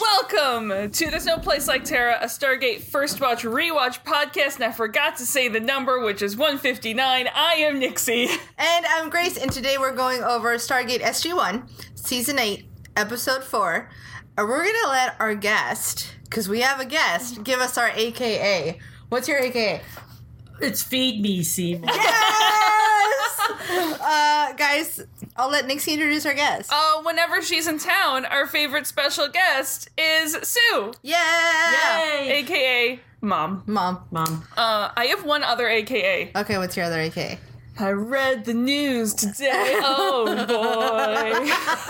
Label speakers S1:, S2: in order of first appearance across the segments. S1: Welcome to There's No Place Like Terra, a Stargate First Watch Rewatch podcast, and I forgot to say the number, which is 159. I am Nixie.
S2: And I'm Grace, and today we're going over Stargate SG1, Season 8, Episode 4. And we're going to let our guest, because we have a guest, give us our AKA. What's your AKA?
S3: It's feed me, Seymour.
S2: Yes! uh, guys, I'll let Nixie introduce our
S3: Oh.
S2: guest.
S1: Uh, whenever she's in town, our favorite special guest is Sue,
S2: yeah!
S3: Yay!
S1: aka Mom.
S2: Mom.
S3: Mom.
S1: Uh, I have one other aka.
S2: Okay, what's your other AKA?
S1: I read the news today. Oh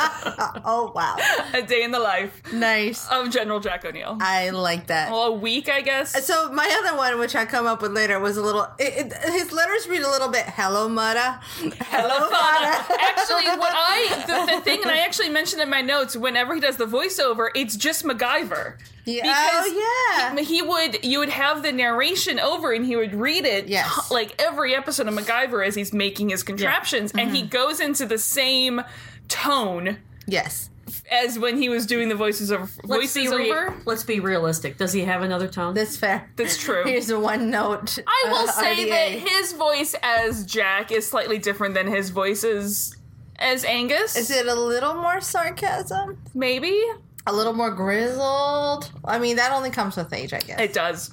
S2: Oh, wow.
S1: boy. a day in the life
S2: nice.
S1: of General Jack O'Neill.
S2: I like that.
S1: Well, a week, I guess.
S2: So my other one, which I come up with later, was a little. It, it, his letters read a little bit. Hello, Mutta. Hello, Mutta.
S1: actually, what I the, the thing, and I actually mentioned in my notes. Whenever he does the voiceover, it's just MacGyver.
S2: Yeah.
S1: Because
S2: oh, yeah.
S1: He, he would, you would have the narration over, and he would read it.
S2: Yes.
S1: like every episode of MacGyver as he's making his contraptions, and
S2: Mm-hmm.
S1: he goes into the same tone
S2: yes.
S1: as when he was doing the voices over.
S3: Let's be,
S1: Voices
S3: re-
S1: over.
S3: let's be realistic. Does he have another tone?
S2: That's fair.
S1: That's true.
S2: Here's a one note.
S1: I will
S2: uh,
S1: say
S2: RDA.
S1: that his voice as Jack is slightly different than his voices as Angus.
S2: Is it a little more sarcasm?
S1: Maybe
S2: A little more grizzled? I mean, that only comes with age, I guess.
S1: It does.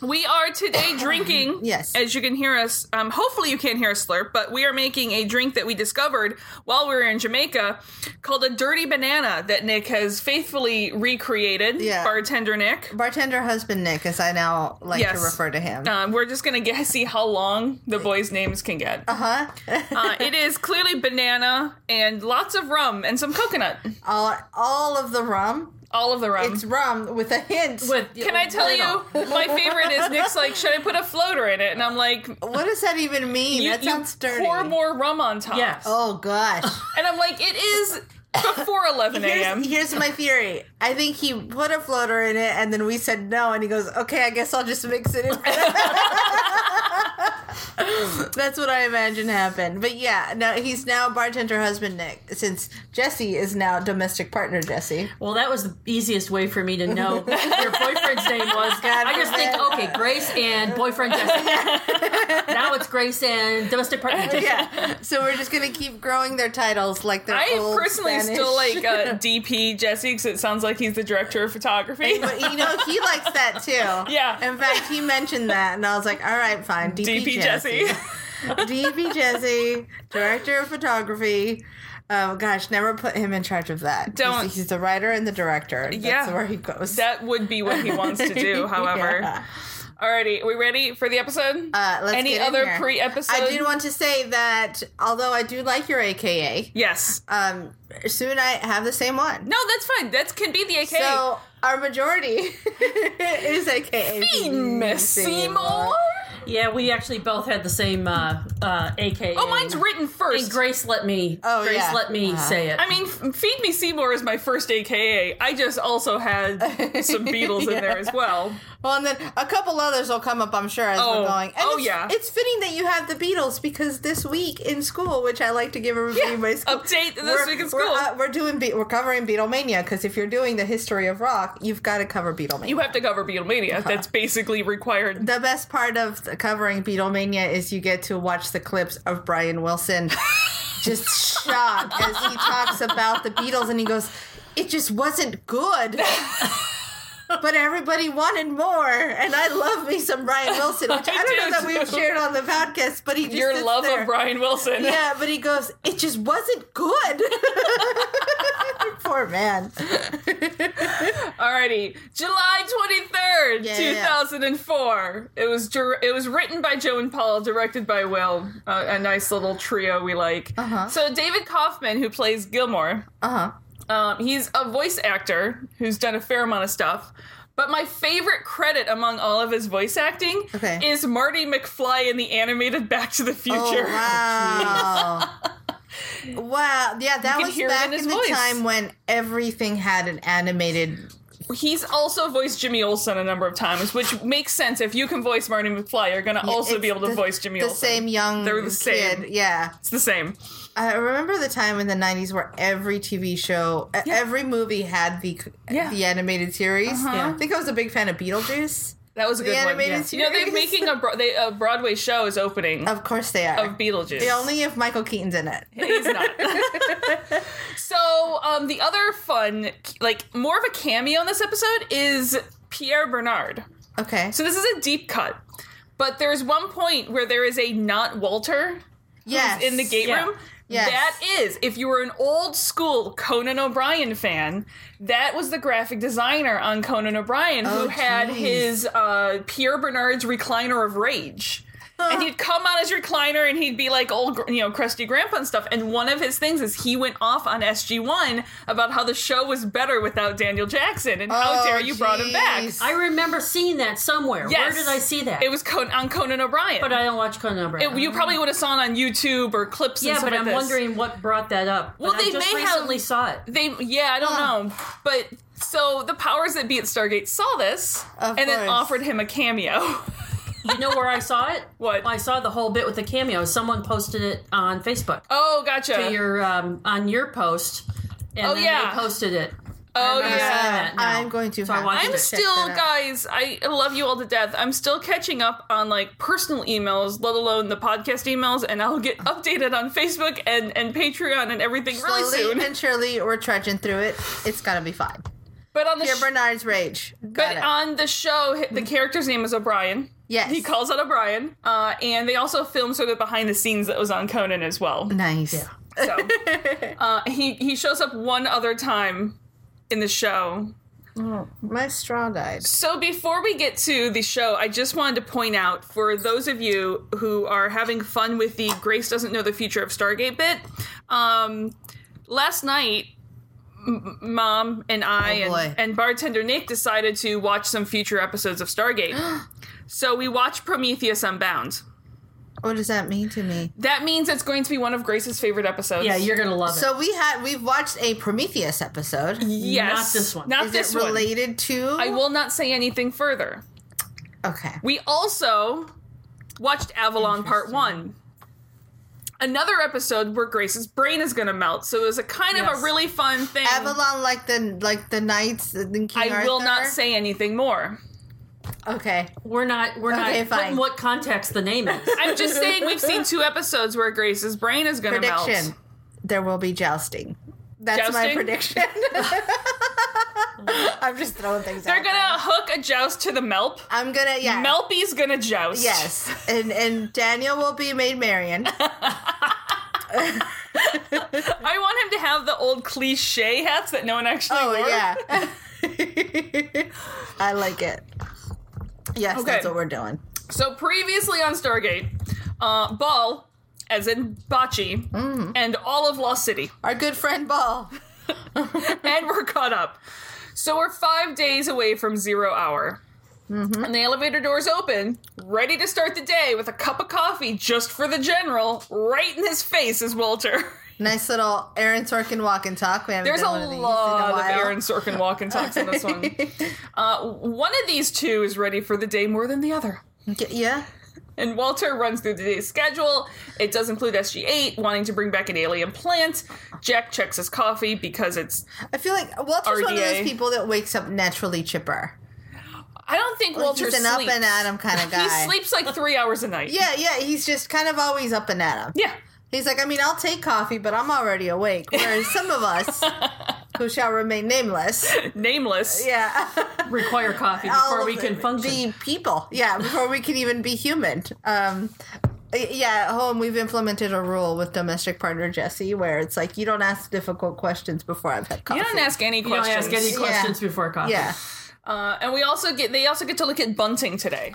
S1: We are today drinking.
S2: Yes.
S1: As you can hear us, um, hopefully you can't hear us slurp, but we are making a drink that we discovered while we were in Jamaica called a dirty banana that Nick has faithfully recreated.
S2: Yeah.
S1: Bartender Nick.
S2: Bartender husband Nick, as I now like
S1: Yes.
S2: to refer to him. Uh
S1: Um, we're just going to guess see how long the boys' names can get.
S2: Uh-huh. huh.
S1: Uh, it is clearly banana and lots of rum and some coconut.
S2: all, all of the rum.
S1: All of the rum.
S2: It's rum with a hint.
S3: With-
S1: Can I tell
S3: Right
S1: you,
S3: on.
S1: my favorite is Nick's like, should I put a floater in it? And I'm like,
S2: what does that even mean?
S1: you,
S2: Oh, that
S1: you
S2: sounds dirty.
S1: pour more rum on top.
S3: Yes.
S2: Oh gosh.
S1: And I'm like, it is before 11 a.m.
S2: Here's, here's my theory. I think he put a floater in it, and then we said no, and he goes, "Okay, I guess I'll just mix it in." That's what I imagine happened. But yeah, now he's now bartender husband Nick, since Jesse is now domestic partner Jesse.
S3: Well, that was the easiest way for me to know your boyfriend's name was.
S2: God
S3: I just think,
S2: forbid.
S3: okay, Grace and boyfriend Jesse. now it's Grace and domestic partner Jesse.
S2: Yeah, so we're just gonna keep growing their titles like they're
S1: I
S2: old
S1: personally
S2: Spanish-
S1: still like uh, DP Jesse because it sounds like he's the director of photography.
S2: But you know, E he likes that too.
S1: Yeah.
S2: In fact, he mentioned that, and I was like, all right, fine. DP,
S1: DP
S2: Jesse.
S1: Jesse.
S2: DP Jesse, director of photography. Oh gosh, never put him in charge of that.
S1: Don't.
S2: He's, he's the writer and the director. That's
S1: Yeah.
S2: where he goes.
S1: That would be what he wants to do, however.
S2: Yeah.
S1: Alrighty, are we ready for the episode?
S2: Uh, let's
S1: Any
S2: get in
S1: other
S2: here.
S1: pre episode?
S2: I do want to say that although I do like your AKA,
S1: Yes.
S2: um, Sue and I have the same one.
S1: No, that's fine. That can be the AK.
S2: So our majority is AKA.
S1: Miss Seymour.
S3: Yeah, we actually both had the same uh, uh, AK.
S1: Oh, mine's written
S3: And
S1: first.
S3: Grace let me.
S2: Oh,
S3: Grace
S2: yeah.
S3: let me say it.
S1: I mean, F- Feed Me Seymour is my first AKA. I just also had some Beatles in there as well.
S2: Well, and then a couple others will come up, I'm sure, as
S1: Oh.
S2: we're going. And
S1: Oh,
S2: it's,
S1: yeah.
S2: It's fitting that you have the Beatles because this week in school, which I like to give everybody
S1: Yeah.
S2: my school
S1: Update this
S2: we're-
S1: week in
S2: We're,
S1: school.
S2: uh, we're doing Be- we're covering Beatlemania because if you're doing the history of rock, you've got to cover Beatlemania.
S1: You have to cover Beatlemania. That's basically required.
S2: the best part of the covering Beatlemania is you get to watch the clips of Brian Wilson just shocked as he talks about the Beatles and he goes, "It just wasn't good." But everybody wanted more, and I love me some Brian Wilson, which I,
S1: I
S2: don't know
S1: do
S2: that we've
S1: too.
S2: shared on the podcast. But he just
S1: Your
S2: sits
S1: love
S2: there.
S1: of Brian Wilson.
S2: yeah. But he goes, it just wasn't good. Poor man.
S1: Alrighty, July twenty third,
S2: Yeah,
S1: two
S2: yeah.
S1: thousand and four. It was dir- it was written by Joe and Paul, directed by Will. Uh, a nice little trio we like.
S2: Uh-huh.
S1: So David Kaufman, who plays Gilmore,
S2: Uh huh.
S1: um, he's a voice actor who's done a fair amount of stuff. But my favorite credit among all of his voice acting
S2: Okay.
S1: is Marty McFly in the animated Back to the Future.
S2: Oh, wow. wow. Yeah, that
S1: can
S2: was
S1: hear it
S2: back
S1: in
S2: in,
S1: his
S2: the
S1: voice.
S2: time when everything had an animated.
S1: He's also voiced Jimmy Olsen a number of times, which makes sense. If you can voice Marty McFly, you're going to also
S2: it's
S1: be able to
S2: the-
S1: voice Jimmy
S2: The
S1: Olsen.
S2: same young
S1: They're the same.
S2: kid. Yeah.
S1: It's the same.
S2: I remember the time in the 90s where every TV show, e- every movie had the
S1: Yeah. Uh-huh.
S2: the animated series.
S3: Yeah.
S2: I think I was a big fan of Beetlejuice.
S1: That was a
S2: The
S1: good one.
S2: animated
S1: You know, they're
S2: series.
S1: making a, bro- they, a Broadway show is opening
S2: Of course they are.
S1: of Beetlejuice.
S2: They Only if Michael Keaton's in it.
S1: He's not. so um, the other fun, like more of a cameo in this episode is Pierre Bernard.
S2: Okay.
S1: So this is a deep cut, but there's one point where there is a not Walter
S2: yes.
S1: in the gate
S3: Yeah.
S1: room.
S2: Yes.
S1: That is, if you were an old school Conan O'Brien fan, that was the graphic designer on Conan O'Brien who
S2: Oh,
S1: had
S2: geez.
S1: his uh, Pierre Bernard's recliner of rage. And he'd come on his recliner and he'd be like old, gr- you know, crusty grandpa and stuff. And one of his things is he went off on SG1 about how the show was better without Daniel Jackson and how
S2: Oh,
S1: dare you brought him back.
S2: geez.
S3: I remember seeing that somewhere.
S1: Yes.
S3: Where did I see that?
S1: It was Con- on Conan O'Brien.
S3: but I don't watch Conan O'Brien.
S1: It- you probably would have saw it on YouTube or clips and
S3: yeah,
S1: stuff
S3: but
S1: like
S3: I'm
S1: this.
S3: wondering what brought that up.
S1: Well,
S3: But I
S1: they
S3: just
S1: may have-
S3: recently saw it.
S1: They, yeah, I don't
S2: Huh.
S1: know. But so the powers that be at Stargate saw this
S2: Of
S1: and then
S2: course.
S1: offered him a cameo.
S3: You know where I saw it?
S1: What?
S3: I saw the whole bit with the cameo. Someone posted it on Facebook.
S1: oh, gotcha.
S3: To your um, on your post. And
S1: Oh,
S3: then
S1: yeah.
S3: they posted it.
S1: oh,
S3: remember
S1: yeah.
S3: seeing that now.
S2: I'm going to.
S3: So I
S2: have
S3: watched
S2: to
S1: I'm
S3: it.
S2: check
S1: still,
S2: that out.
S1: guys, I love you all to death. I'm still catching up on like personal emails, let alone the podcast emails, and I'll get updated on Facebook and, and Patreon and everything really
S2: Slowly
S1: soon.
S2: and surely, we're trudging through it. It's gonna be fine.
S1: But on the
S2: Dear
S1: sh-
S2: Bernard's rage. Got
S1: but um,
S2: it. Mm-hmm.
S1: on the show, hi- the character's name is O'Brien.
S2: yes.
S1: He calls out O'Brien, uh, and they also filmed sort of behind the scenes that was on Conan as well.
S2: Nice.
S3: Yeah.
S1: So uh, he he shows up one other time in the show.
S2: My straw died.
S1: So before we get to the show, I just wanted to point out for those of you who are having fun with the Grace doesn't know the future of Stargate bit. Um, last night. m- Mom and I
S2: Oh, boy.
S1: and, and bartender Nick decided to watch some future episodes of Stargate. so we watched Prometheus Unbound.
S2: What does that mean to me?
S1: That means it's going to be one of Grace's favorite episodes.
S3: Yeah, you're gonna love it.
S2: So we had we've watched a Prometheus episode.
S1: yes,
S3: Not this one.
S1: Not
S2: Is
S1: this
S2: it
S1: one.
S2: related to?
S1: I will not say anything further.
S2: Okay.
S1: We also watched Avalon Part 1. Another episode where Grace's brain is going to melt. So it was a kind of
S3: Yes.
S1: a really fun thing.
S2: Avalon, like the like the knights in King
S1: I will
S2: Arthur?
S1: not say anything more.
S2: Okay.
S3: We're not we're not
S2: Okay,
S3: putting
S2: fine.
S3: what context the name is.
S1: I'm just saying we've seen two episodes where Grace's brain is going to melt.
S2: Prediction: There will be jousting. That's my
S1: Jousting?
S2: prediction. I'm just throwing things.
S1: They're
S2: out
S1: going
S2: there.
S1: to hook a joust to the Melp.
S2: I'm gonna. Yeah.
S1: Melpy's going to joust.
S2: Yes, and and Daniel will be made Marion.
S1: I want him to have the old cliche hats that no one actually
S2: Oh
S1: wore.
S2: yeah, I like it. Yes,
S1: Okay.
S2: that's what we're doing.
S1: So previously on Stargate, uh, Ball, as in Bocce,
S2: Mm-hmm.
S1: and all of Lost City,
S2: Our good friend Ball.
S1: and we're caught up. So we're five days away from zero hour.
S2: Mm-hmm.
S1: And the elevator doors open, ready to start the day with a cup of coffee just for the general, right in his face is Walter.
S2: Nice little Aaron Sorkin walk and talk. We haven't
S1: There's a
S2: done one of these in a
S1: lot of
S2: while.
S1: Aaron Sorkin walk and talks in this one. Uh, one of these two is ready for the day more than the other.
S2: Y- Yeah.
S1: And Walter runs through the day's schedule. It does include SG 8 wanting to bring back an alien plant. Jack checks his coffee because it's.
S2: I feel like Walter's one of
S1: RDA.
S2: those people that wakes up naturally chipper.
S1: I don't think Walter
S2: He's an
S1: sleeps.
S2: up and at him kind of guy.
S1: he sleeps like three hours a night.
S2: Yeah, yeah. He's just kind of always up and at him.
S1: Yeah.
S2: He's like, I mean, I'll take coffee, but I'm already awake. Whereas some of us, who shall remain nameless,
S1: Nameless.
S2: yeah,
S3: Require coffee
S2: all
S3: before we
S2: of
S3: can function.
S2: be people. Yeah, before we can even be human. Um, yeah, at home we've implemented a rule with domestic partner Jesse where it's like you don't ask difficult questions before I've had coffee.
S1: You don't ask any
S3: you don't
S1: questions.
S3: ask any questions before coffee.
S2: Yeah,
S1: uh, and we also get they also get to look at bunting today.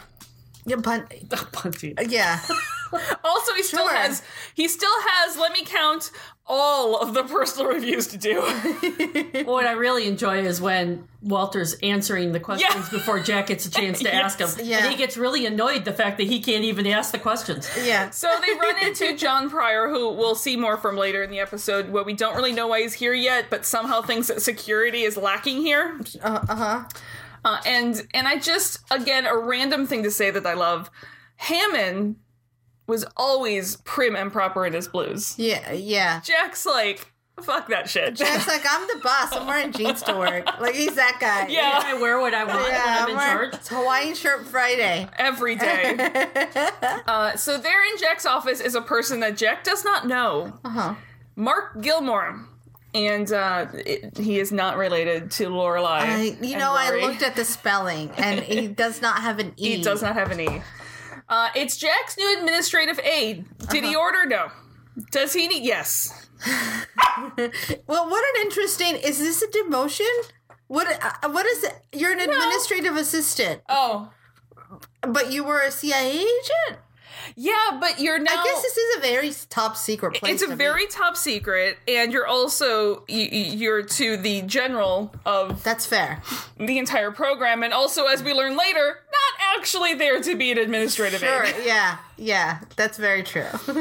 S2: yeah, but
S3: Bunty.
S2: yeah.
S1: Also, he still
S2: Sure.
S1: has he still has. Let me count all of the personal reviews to do.
S3: What I really enjoy is when Walter's answering the questions
S1: Yeah.
S3: before Jack gets a chance to ask him.
S2: Yeah.
S3: And he gets really annoyed the fact that he can't even ask the questions.
S2: Yeah.
S1: So they run into John Pryor, who we'll see more from later in the episode. What we don't really know why he's here yet, but somehow thinks that security is lacking here.
S2: Uh huh.
S1: Uh, and and I just again a random thing to say that I love. Hammond was always prim and proper in his blues.
S2: Yeah. Yeah.
S1: Jack's like fuck that shit.
S2: Jack's like, I'm the boss. I'm wearing jeans to work. Like he's that guy.
S1: Yeah.
S3: I wear what I want
S2: Yeah.
S3: when I'm in
S2: wearing-
S3: charge.
S2: It's Hawaiian shirt Friday.
S1: every day. uh, so there in Jack's office is a person that Jack does not know,
S2: Uh huh.
S1: Mark Gilmore, and uh, it, he is not related to Lorelai.
S2: I, you
S1: and
S2: know, I
S1: Rory.
S2: looked at the spelling, and he does not have an e.
S1: He does not have an E. Uh, it's Jack's new administrative aide. Did he order? No. Does he need? Yes.
S2: Well, what an interesting. Is this a demotion? What? Uh, what is it? You're an administrative assistant,
S1: Oh,
S2: but you were a CIA agent.
S1: yeah, but you're now.
S2: I guess this is a very top secret place.
S1: it's a
S2: to be.
S1: very top secret, and you're also you, you're to the general of
S2: That's fair.
S1: the entire program, and also, as we learn later, not actually there to be an administrative
S2: Sure.
S1: aide.
S2: Yeah. Yeah. That's very true.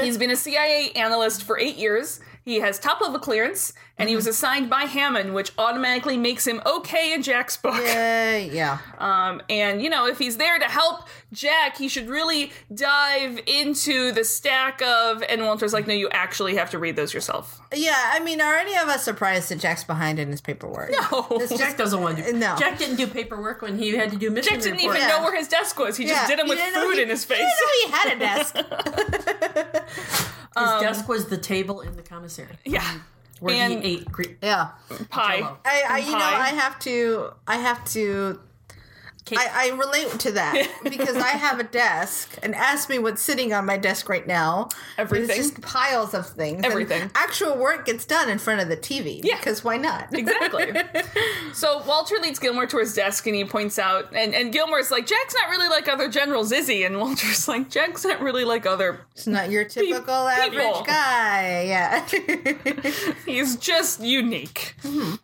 S2: Uh,
S1: He's been a CIA analyst for eight years. He has top level clearance, and he was assigned by Hammond, which automatically makes him okay in Jack's book.
S2: Uh, yeah.
S1: Um, and you know, if he's there to help Jack, he should really dive into the stack of. And Walter's like, "No, you actually have to read those yourself."
S2: Yeah. I mean, are any of us surprised that Jack's behind in his paperwork?
S1: No.
S2: It's just-
S3: Jack doesn't want to. do-
S2: Uh, No.
S3: Jack didn't do paperwork when he had to do mission
S1: Jack didn't even
S3: reports.
S2: Yeah.
S1: know where his desk was. He just
S2: Yeah,
S1: did him
S2: he
S1: with
S2: didn't know
S1: food
S2: he-
S1: in his
S2: He
S1: face.
S2: didn't know he had a desk.
S3: His desk was the table in the commissary
S1: Yeah,
S3: where
S1: And-
S3: he ate Greek
S2: yeah.
S1: pie.
S3: Jell-O.
S2: I, I you know,
S1: Hi.
S2: I have to. I have to
S3: cake.
S2: I, I relate to that because I have a desk, and ask me what's sitting on my desk right now.
S1: Everything.
S2: It's just piles of things. and
S1: Everything.
S2: actual work gets done in front of the TV.
S1: Yeah.
S2: Because why not?
S1: Exactly. so Walter leads Gilmore to his desk and he points out, and, and Gilmore's like, Jack's not really like other generals, is he? And Walter's like, Jack's not really like other.
S2: It's not your typical average
S1: people.
S2: guy. Yeah.
S1: He's just unique.
S2: Mm-hmm.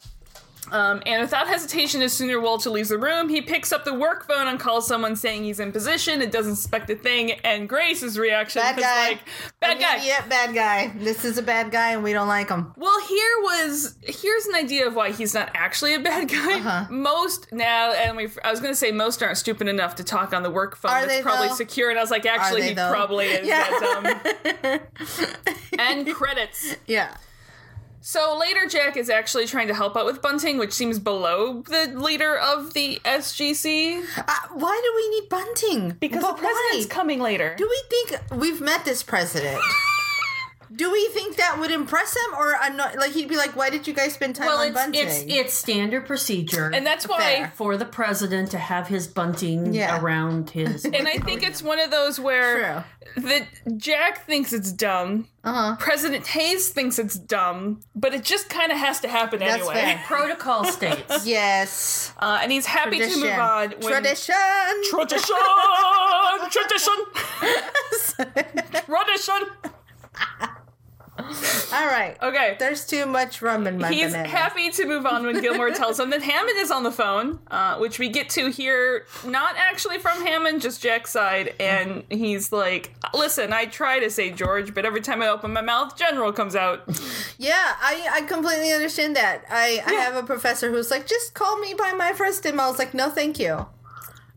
S1: Um, and without hesitation, as soon as Walter leaves the room, he picks up the work phone and calls someone saying he's in position and doesn't suspect a thing. And Grace's reaction
S2: Bad
S1: is
S2: guy.
S1: like, bad guy.
S2: Yep, bad guy. This is a bad guy, and we don't like him.
S1: Well, here was here's an idea of why he's not actually a bad guy.
S2: Uh-huh.
S1: Most now, and we I was going to say most aren't stupid enough to talk on the work phone.
S2: Are
S1: That's
S2: they,
S1: probably
S2: though?
S1: secure. And I was like, actually,
S2: they,
S1: he
S2: though?
S1: probably is.
S2: Yeah.
S1: That dumb. and credits.
S2: Yeah.
S1: So later, Jack is actually trying to help out with Bunting, which seems below the leader of the SGC
S2: Uh, why do we need bunting? But why?
S1: coming later.
S2: Do we think we've met this president? Do we think that would impress him, or anno- like he'd be like, "Why did you guys spend time
S1: Well,
S2: on
S1: it's-
S2: bunting?"
S3: it's it's standard procedure
S1: and that's why.
S2: Fair.
S3: for the president to have his bunting
S2: Yeah.
S3: around his.
S1: And I think it's one of those where that Jack thinks it's dumb.
S2: Uh huh.
S1: President Hayes thinks it's dumb, but it just kind of has to happen
S2: That's
S1: anyway.
S2: fair.
S3: protocol states.
S2: Yes.
S1: Uh, and he's happy to move on. When
S2: Tradition.
S1: Tradition, tradition, tradition.
S2: All right.
S1: Okay.
S2: There's too much rum in my
S1: He's
S2: banana.
S1: happy to move on when Gilmore tells him that Hammond is on the phone, uh, which we get to hear not actually from Hammond, just Jack's side. And he's like, Listen, I try to say George, but every time I open my mouth, General comes out.
S2: yeah, I, I completely understand that. I, I have a professor who's like, just call me by my first name. I was like, no, thank you.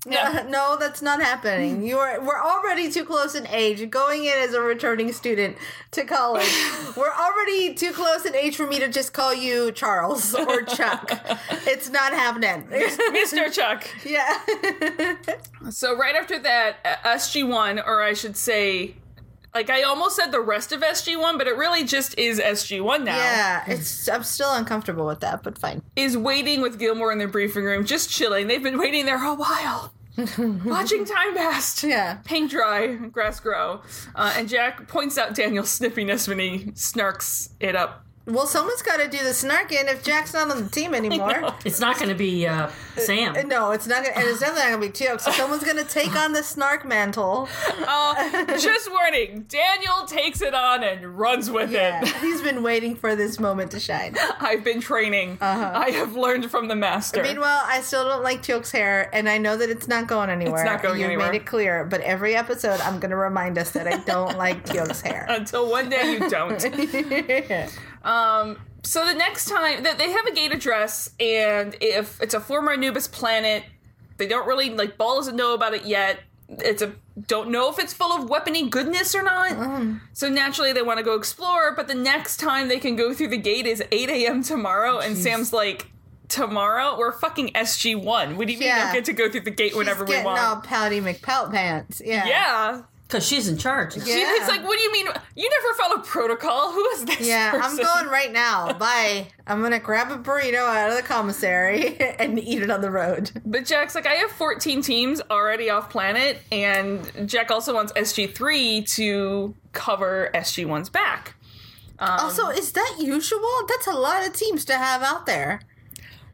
S1: No.
S2: no, that's not happening. You are we're already too close in age. Going in as a returning student to college, we're already too close in age for me to just call you Charles or Chuck. it's not happening.
S1: Mr. Chuck.
S2: yeah.
S1: So right after that, uh, SG1, or I should say, like I almost said the rest of SG1, but it really just is SG1 now.
S2: Yeah, it's I'm still uncomfortable with that, but fine.
S1: Is waiting with Gilmore in their briefing room, just chilling. They've been waiting there a while, watching time pass.
S2: Yeah.
S1: Paint dry, grass grow. Uh, and Jack points out Daniel's snippiness when he snarks it up.
S2: Well, someone's got to do the snarking if Jack's not on the team anymore.
S3: It's not going to be uh, Sam.
S2: And No, it's not gonna, and it's definitely not gonna be Teok. So someone's gonna take on the snark mantle.
S1: Uh, just warning, Daniel takes it on and runs with
S2: Yeah,
S1: it.
S2: he's been waiting for this moment to shine.
S1: I've been training. I have learned from the master.
S2: Uh-huh. Meanwhile, I still don't like Teok's hair, and I know that it's not going anywhere.
S1: not going
S2: You've
S1: anywhere.
S2: made it clear, but every episode, I'm gonna remind us that I don't like Teok's hair.
S1: Until one day you don't. Um, so the next time that they have a gate address, and if it's a former Anubis planet, they don't really like Ball doesn't know about it yet. It's a don't know if it's full of weapony goodness or not.
S2: Mm.
S1: So naturally they want to go explore, but the next time they can go through the gate is 8 a.m. tomorrow, and Sam's like, Tomorrow? We're fucking SG one. What do you mean
S2: Yeah.
S1: we'll get to go through the gate whenever
S2: he's
S1: we
S2: getting
S1: want?
S2: all pouty McPelt pants. Yeah,
S1: Yeah.
S3: Because she's in charge. now.
S2: Yeah.
S1: She- It's like, what do you mean? You never followed protocol. Who is this?
S2: Yeah, I'm
S1: person?
S2: going right now. Bye. I'm gonna grab a burrito out of the commissary and eat it on the road.
S1: But Jack's like, I have 14 teams already off planet, and Jack also wants SG3 to cover SG1's back. Um,
S2: also, is that usual? That's a lot of teams to have out there.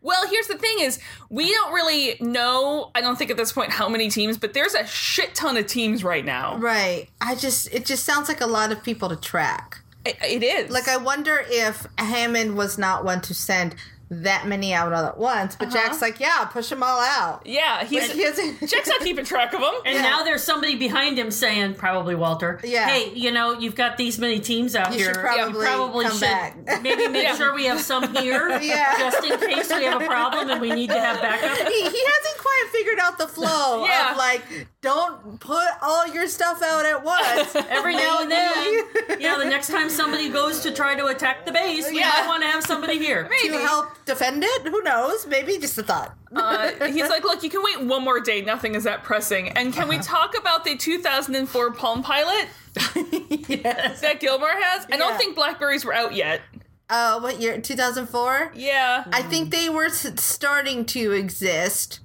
S1: Well, here's the thing is, we don't really know, I don't think at this point how many teams, but there's a shit ton of teams right now.
S2: Right. I just it just sounds like a lot of people to track.
S1: It- it is.
S2: Like I wonder if Hammond was not one to send that many out all at once,
S3: Uh-huh.
S2: but Jack's like, yeah, push them all out.
S1: yeah, he's,
S2: Like, he hasn't-
S1: Jack's not keeping track of them.
S3: And now there's somebody behind him saying, probably Walter,
S2: Yeah.
S3: hey, you know, you've got these many teams out
S2: You
S3: here.
S2: should probably come back."
S3: maybe make
S1: Yeah.
S3: sure we have some here
S2: Yeah.
S3: just in case we have a problem and we need to have backup.
S2: He, he hasn't quite figured out the flow
S1: Yeah.
S2: of like, don't put all your stuff out at once.
S3: Every now and then, you know, the next time somebody goes to try to attack the base, we
S1: Yeah.
S3: might want to have somebody here.
S2: to help defend it? Who knows? Maybe just a thought.
S3: Uh-huh.
S1: Uh, he's like, look, you can wait one more day. Nothing is that pressing. And can
S2: Uh-huh.
S1: we talk about the 2004 Palm Pilot
S2: yes.
S1: that Gilmore has? I don't
S2: Yeah.
S1: think Blackberries were out yet.
S2: Uh, what year? 2004?
S1: Yeah.
S2: I
S3: Mm.
S2: think they were s- starting to exist.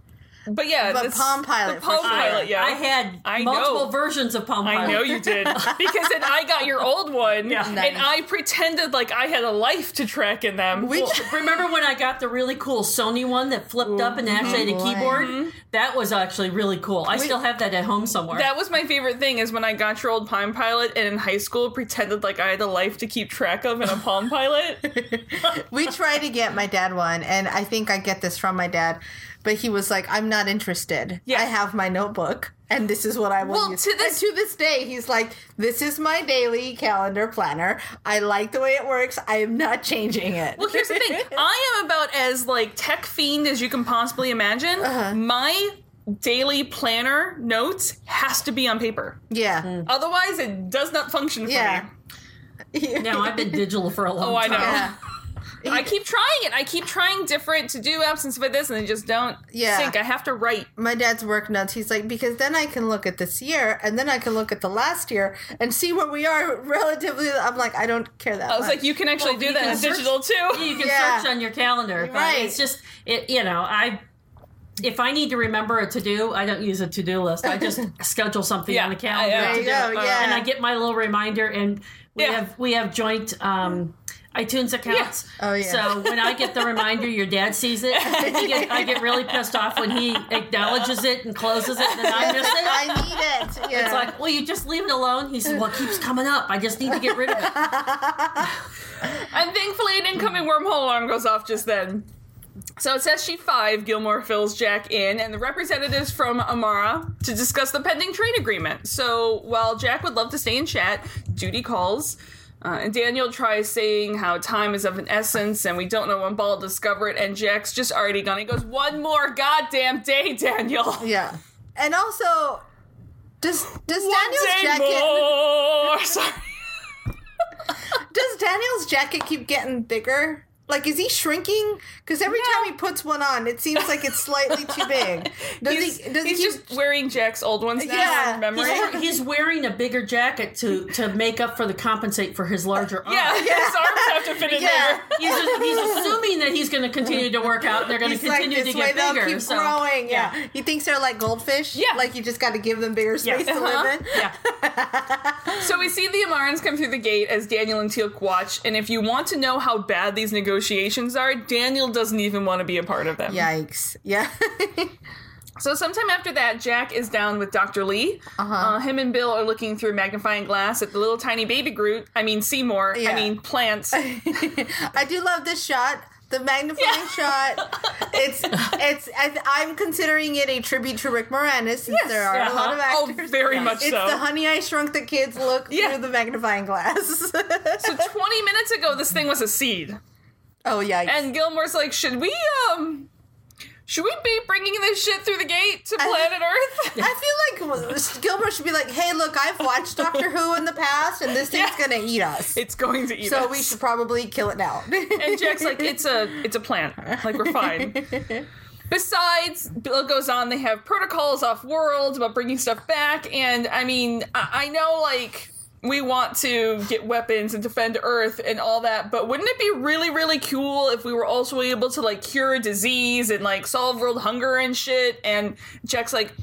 S1: But yeah,
S2: But Palm Pilot,
S1: the
S2: for
S1: Palm
S2: sure.
S1: Pilot. Yeah,
S3: I had
S1: I
S3: multiple
S1: know.
S3: versions of Palm
S1: I
S3: Pilot.
S1: know you did because then I got your old one,
S3: Yeah.
S1: and
S2: Nice.
S1: I pretended like I had a life to track in them.
S2: Which
S3: Remember when I got the really cool Sony one that flipped up and actually had a
S2: boy.
S3: keyboard?
S1: Mm-hmm.
S3: That was actually really cool. I still have that at home somewhere.
S1: that was my favorite thing is when I got your old Palm Pilot, and in high school pretended like I had a life to keep track of in a Palm Pilot.
S2: we tried to get my dad one, and I think I get this from my dad, but he was like, "I'm not interested.
S1: Yeah.
S2: I have my notebook, and this is what I will
S1: Well,
S2: use."
S1: to this-
S2: and to this day, he's like, "This is my daily calendar planner. I like the way it works. I am not changing it."
S1: Well, here's the thing. I am about as like tech fiend as you can possibly imagine.
S2: Uh-huh.
S1: My daily planner notes has to be on paper.
S2: yeah,
S1: Otherwise, it does not function for
S2: Yeah.
S1: me.
S3: now I've been digital for a long
S1: Oh, I
S3: time.
S1: know.
S2: yeah.
S1: I keep trying it. I keep trying different to do apps and stuff like this, and they just don't
S2: Yeah.
S1: sync. I have to write.
S2: my dad's work nuts. He's like, because then I can look at this year, and then I can look at the last year and see where we are relatively. I'm like, I don't care that.
S1: I was like, you can actually
S3: Well,
S1: do
S3: you
S1: that
S3: can
S1: in
S3: search-
S1: digital too.
S3: You can
S2: Yeah.
S3: search on your calendar, but
S2: Right.
S3: it's just it. You know, I if I need to remember a to do, I don't use a to do list. I just schedule something
S1: Yeah,
S3: on the
S1: yeah.
S3: calendar,
S1: There
S3: to
S1: you
S3: do
S2: go,
S3: it.
S2: yeah.
S3: and I get my little reminder. And we
S1: Yeah.
S3: have we have joint. um iTunes accounts.
S2: Yeah. Oh, yeah.
S3: So when I get the reminder, your dad sees it. He get- I get really pissed off when he acknowledges it and closes it, and then I miss it.
S2: I need it. Yeah.
S3: It's like, well, you just leave it alone. He said, well, it keeps coming up. I just need to get rid of it.
S1: And thankfully, an incoming wormhole alarm goes off just then. So it says she five. Gilmore fills Jack in, and the representatives from Amara to discuss the pending trade agreement. So while Jack would love to stay and chat, Judy calls. Uh, and Daniel tries saying how time is of an essence and we don't know when Ball will discover it. And Jack's just already gone. He goes, One more goddamn day, Daniel.
S2: Yeah. And also, does does Daniel's
S1: One day
S2: jacket
S1: more. Sorry.
S2: does Daniel's jacket keep getting bigger? Like, is he shrinking? Because every
S1: No.
S2: time he puts one on, it seems like it's slightly too big. Does
S1: he's
S2: he? Does
S1: he's
S2: he?
S1: just wearing Jack's old ones now
S2: Yeah.
S1: in memory.
S3: He's, he's wearing a bigger jacket to to make up for the compensate for his larger arm.
S1: yeah, his arms have to fit in
S2: yeah.
S1: there.
S3: He's, just, he's assuming that he's going to continue to work out. and They're going to
S2: He's like
S3: continue
S2: this
S3: to
S2: way
S3: get
S2: they'll
S3: bigger.
S2: keep
S3: so,
S2: growing. Yeah. You think they're like goldfish?
S1: Yeah.
S2: Like you just got to give them bigger space to
S1: Uh-huh.
S2: live in.
S3: yeah.
S1: So we see the Amarans come through the gate as Daniel and Teal'c watch, and if you want to know how bad these negotiations are, Daniel doesn't even want to be a part of them.
S2: Yikes! Yeah.
S1: So sometime after that, Jack is down with Dr. Lee.
S2: Uh-huh.
S1: Uh, him and Bill are looking through magnifying glass at the little tiny baby Groot. I mean Seymour. I
S2: Yeah.
S1: mean plants.
S2: I do love this shot. The magnifying
S1: Yeah.
S2: shot. It's it's. I, I'm considering it a tribute to Rick Moranis since there are a lot of
S1: Uh-huh.
S2: actors.
S1: Oh, very
S3: Yeah.
S1: much
S2: It's
S1: so.
S2: the Honey I Shrunk the Kids look
S1: Yeah.
S2: through the magnifying glass.
S1: so 20 minutes ago, this thing was a seed.
S2: oh yeah,
S1: And Gilmore's like, should we, um, should we be bringing this shit through the gate to
S2: I-
S1: planet Earth?
S2: I feel like Gilmore should be like, "Hey, look, I've watched Doctor Who in the past, and this thing's
S1: Yeah.
S2: gonna eat us,
S1: it's going to eat
S2: so
S1: us.
S2: we should probably kill it now."
S1: And Jack's like, it's a, it's a plant. Like we're fine. Besides, Bill goes on. They have protocols off world about bringing stuff back, and I mean, I, I know like we want to get weapons and defend Earth and all that, but wouldn't it be really, really cool if we were also able to like cure a disease and like solve world hunger and shit? And Jack's like,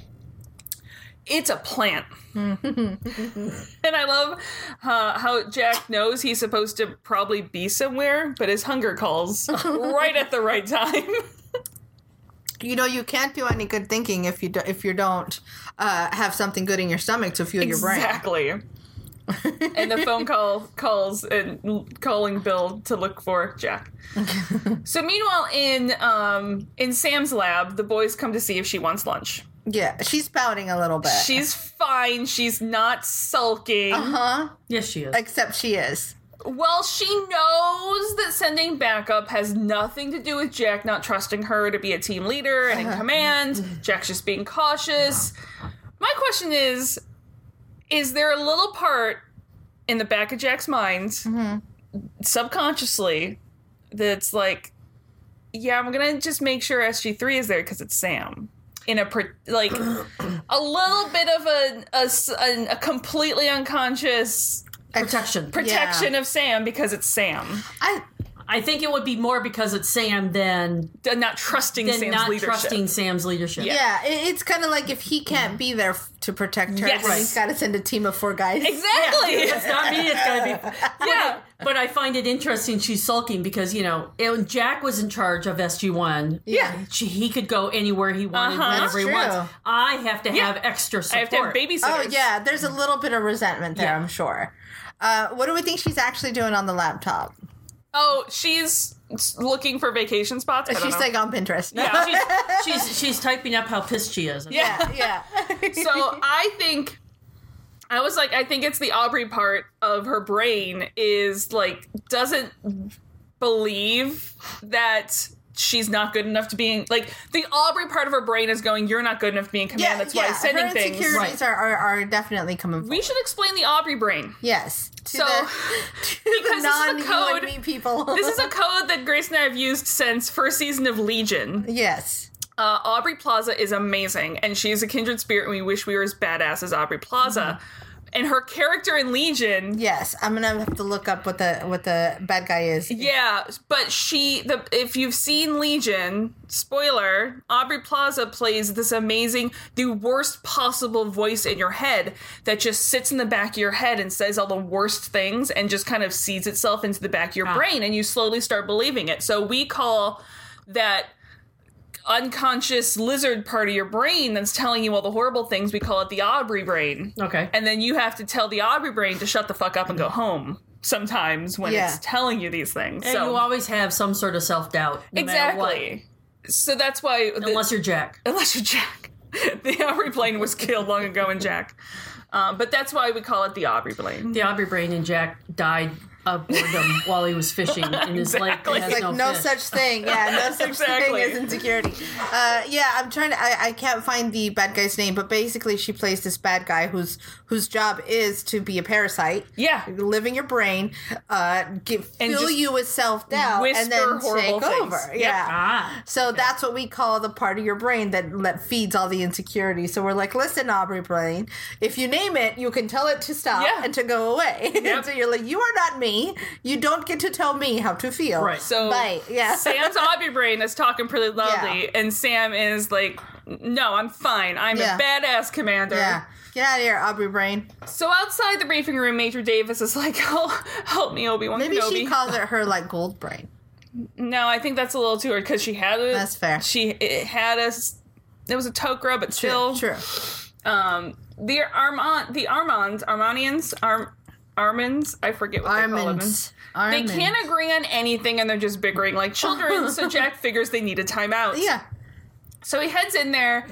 S1: it's a plant. and I love uh, how Jack knows he's supposed to probably be somewhere, but his hunger calls right at the right time.
S2: you know, you can't do any good thinking if you do, if you don't uh, have something good in your stomach to fuel your brain.
S1: exactly. and the phone call calls and l- calling Bill to look for Jack. so meanwhile, in um, in Sam's lab, the boys come to see if she wants lunch.
S2: Yeah, she's pouting a little bit.
S1: She's fine. She's not sulking.
S2: Uh-huh. huh?
S3: Yes, she is.
S2: Except she is.
S1: Well, she knows that sending backup has nothing to do with Jack not trusting her to be a team leader and in command. Jack's just being cautious. My question is Is there a little part in the back of Jack's mind, subconsciously, that's like, yeah, I'm going to just make sure SG3 is there because it's Sam? In a, per- like, a little bit of a, a s- an- a completely unconscious
S3: Protection.
S1: protection of Sam because it's Sam.
S2: I
S3: I think it would be more because it's Sam than,
S1: D- Not trusting
S3: than
S1: Sam's
S3: not
S1: leadership.
S3: trusting Sam's leadership.
S2: yeah, it, it's kind of like if he can't be there f- to protect her,
S1: Yes.
S2: then he's got to send a team of four guys.
S1: Exactly.
S3: It's not me. It's got to be
S1: yeah.
S3: But I find it interesting she's sulking because, you know, it- when Jack was in charge of SG1,
S2: Yeah.
S3: she, he could go anywhere he wanted,
S1: Uh-huh.
S3: whenever he
S2: That's true.
S3: wants. I have to
S1: Yeah.
S3: have extra
S1: I
S3: support.
S1: have to have babysitters.
S2: Oh yeah, there's a little bit of resentment there,
S3: Yeah.
S2: I'm sure. Uh, what do we think she's actually doing on the laptop?
S1: Oh, she's looking for vacation spots. I don't
S2: She's
S1: know.
S2: like on Pinterest.
S1: Yeah.
S3: She's, she's, she's typing up how pissed she is.
S1: yeah.
S2: yeah.
S1: so I think I was like, I think it's the Aubrey part of her brain is like doesn't believe that she's not good enough to being like the Aubrey part of her brain is going, You're not good enough to be in command, that's why I'm sending
S2: Her
S1: things.
S2: insecurities
S3: Right.
S2: are, are, are definitely coming. Forward.
S1: We should explain the Aubrey brain.
S2: yes. To
S1: So,
S2: the, to
S1: because this is a
S2: non
S1: code-
S2: me people.
S1: This is a code that Grace and I have used since first season of Legion.
S2: yes.
S1: Uh, Aubrey Plaza is amazing, and she's a kindred spirit, and we wish we were as badass as Aubrey Plaza. And her character in Legion,
S2: Yes, I'm gonna have to look up what the what the bad guy is.
S1: yeah, but she, the if you've seen Legion, spoiler, Aubrey Plaza plays this amazing, the worst possible voice in your head that just sits in the back of your head and says all the worst things and just kind of seeds itself into the back of your brain, and you slowly start believing it. So we call that unconscious lizard part of your brain that's telling you all the horrible things. We call it the Aubrey brain.
S3: Okay.
S1: And then you have to tell the Aubrey brain to shut the fuck up and go home sometimes when
S2: Yeah.
S1: it's telling you these things.
S3: And
S1: so
S3: you always have some sort of self doubt.
S1: exactly. So that's why the-
S3: Unless you're Jack.
S1: unless you're Jack. The Aubrey plane was killed long Uh, ago in Jack. Um, but that's why we call it the Aubrey plane.
S3: The Aubrey Brain and Jack died of boredom while he was fishing in his
S1: Exactly.
S3: lake. That
S2: It's
S3: has
S2: like
S3: no,
S2: no
S3: fish.
S2: such thing. Yeah, no such
S1: Exactly.
S2: thing as insecurity. Uh, yeah, I'm trying to. I, I can't find the bad guy's name, but basically, she plays this bad guy whose whose job is to be a parasite.
S1: Yeah.
S2: live in your brain, uh, give,
S1: And
S2: fill
S1: just
S2: you with self doubt,
S1: whisper
S2: and then
S1: horrible
S2: take
S1: things.
S2: over.
S1: Yep.
S2: Yeah.
S3: Ah,
S2: So that's what we call the part of your brain that, that feeds all the insecurity. So we're like, listen, Aubrey Brain, if you name it, you can tell it to stop
S1: Yeah.
S2: and to go away.
S1: Yep.
S2: so you're like, you are not me. You don't get to tell me how to feel.
S3: Right.
S1: So
S2: Right, yeah.
S1: Sam's Aubrey brain is talking pretty loudly, and Sam is like, "No, I'm fine. I'm
S2: Yeah.
S1: a badass commander."
S2: Yeah. Get out of here, Aubrey Brain.
S1: So outside the briefing room, Major Davis is like, "Oh, help me, Obi Wan
S2: Maybe she
S1: Kenobi."
S2: calls it her like gold brain.
S1: no, I think that's a little too hard because she had a.
S2: That's fair.
S1: She it had a. s- It was a Tokra, but still,
S2: True.
S1: Um, the Armand, the Armands, Armanians, Arm, Armands. I forget what they call them.
S2: Arminds.
S1: They
S2: Arminds.
S1: can't agree on anything, and they're just bickering like children. so Jack figures they need a timeout.
S2: Yeah.
S1: So he heads in there.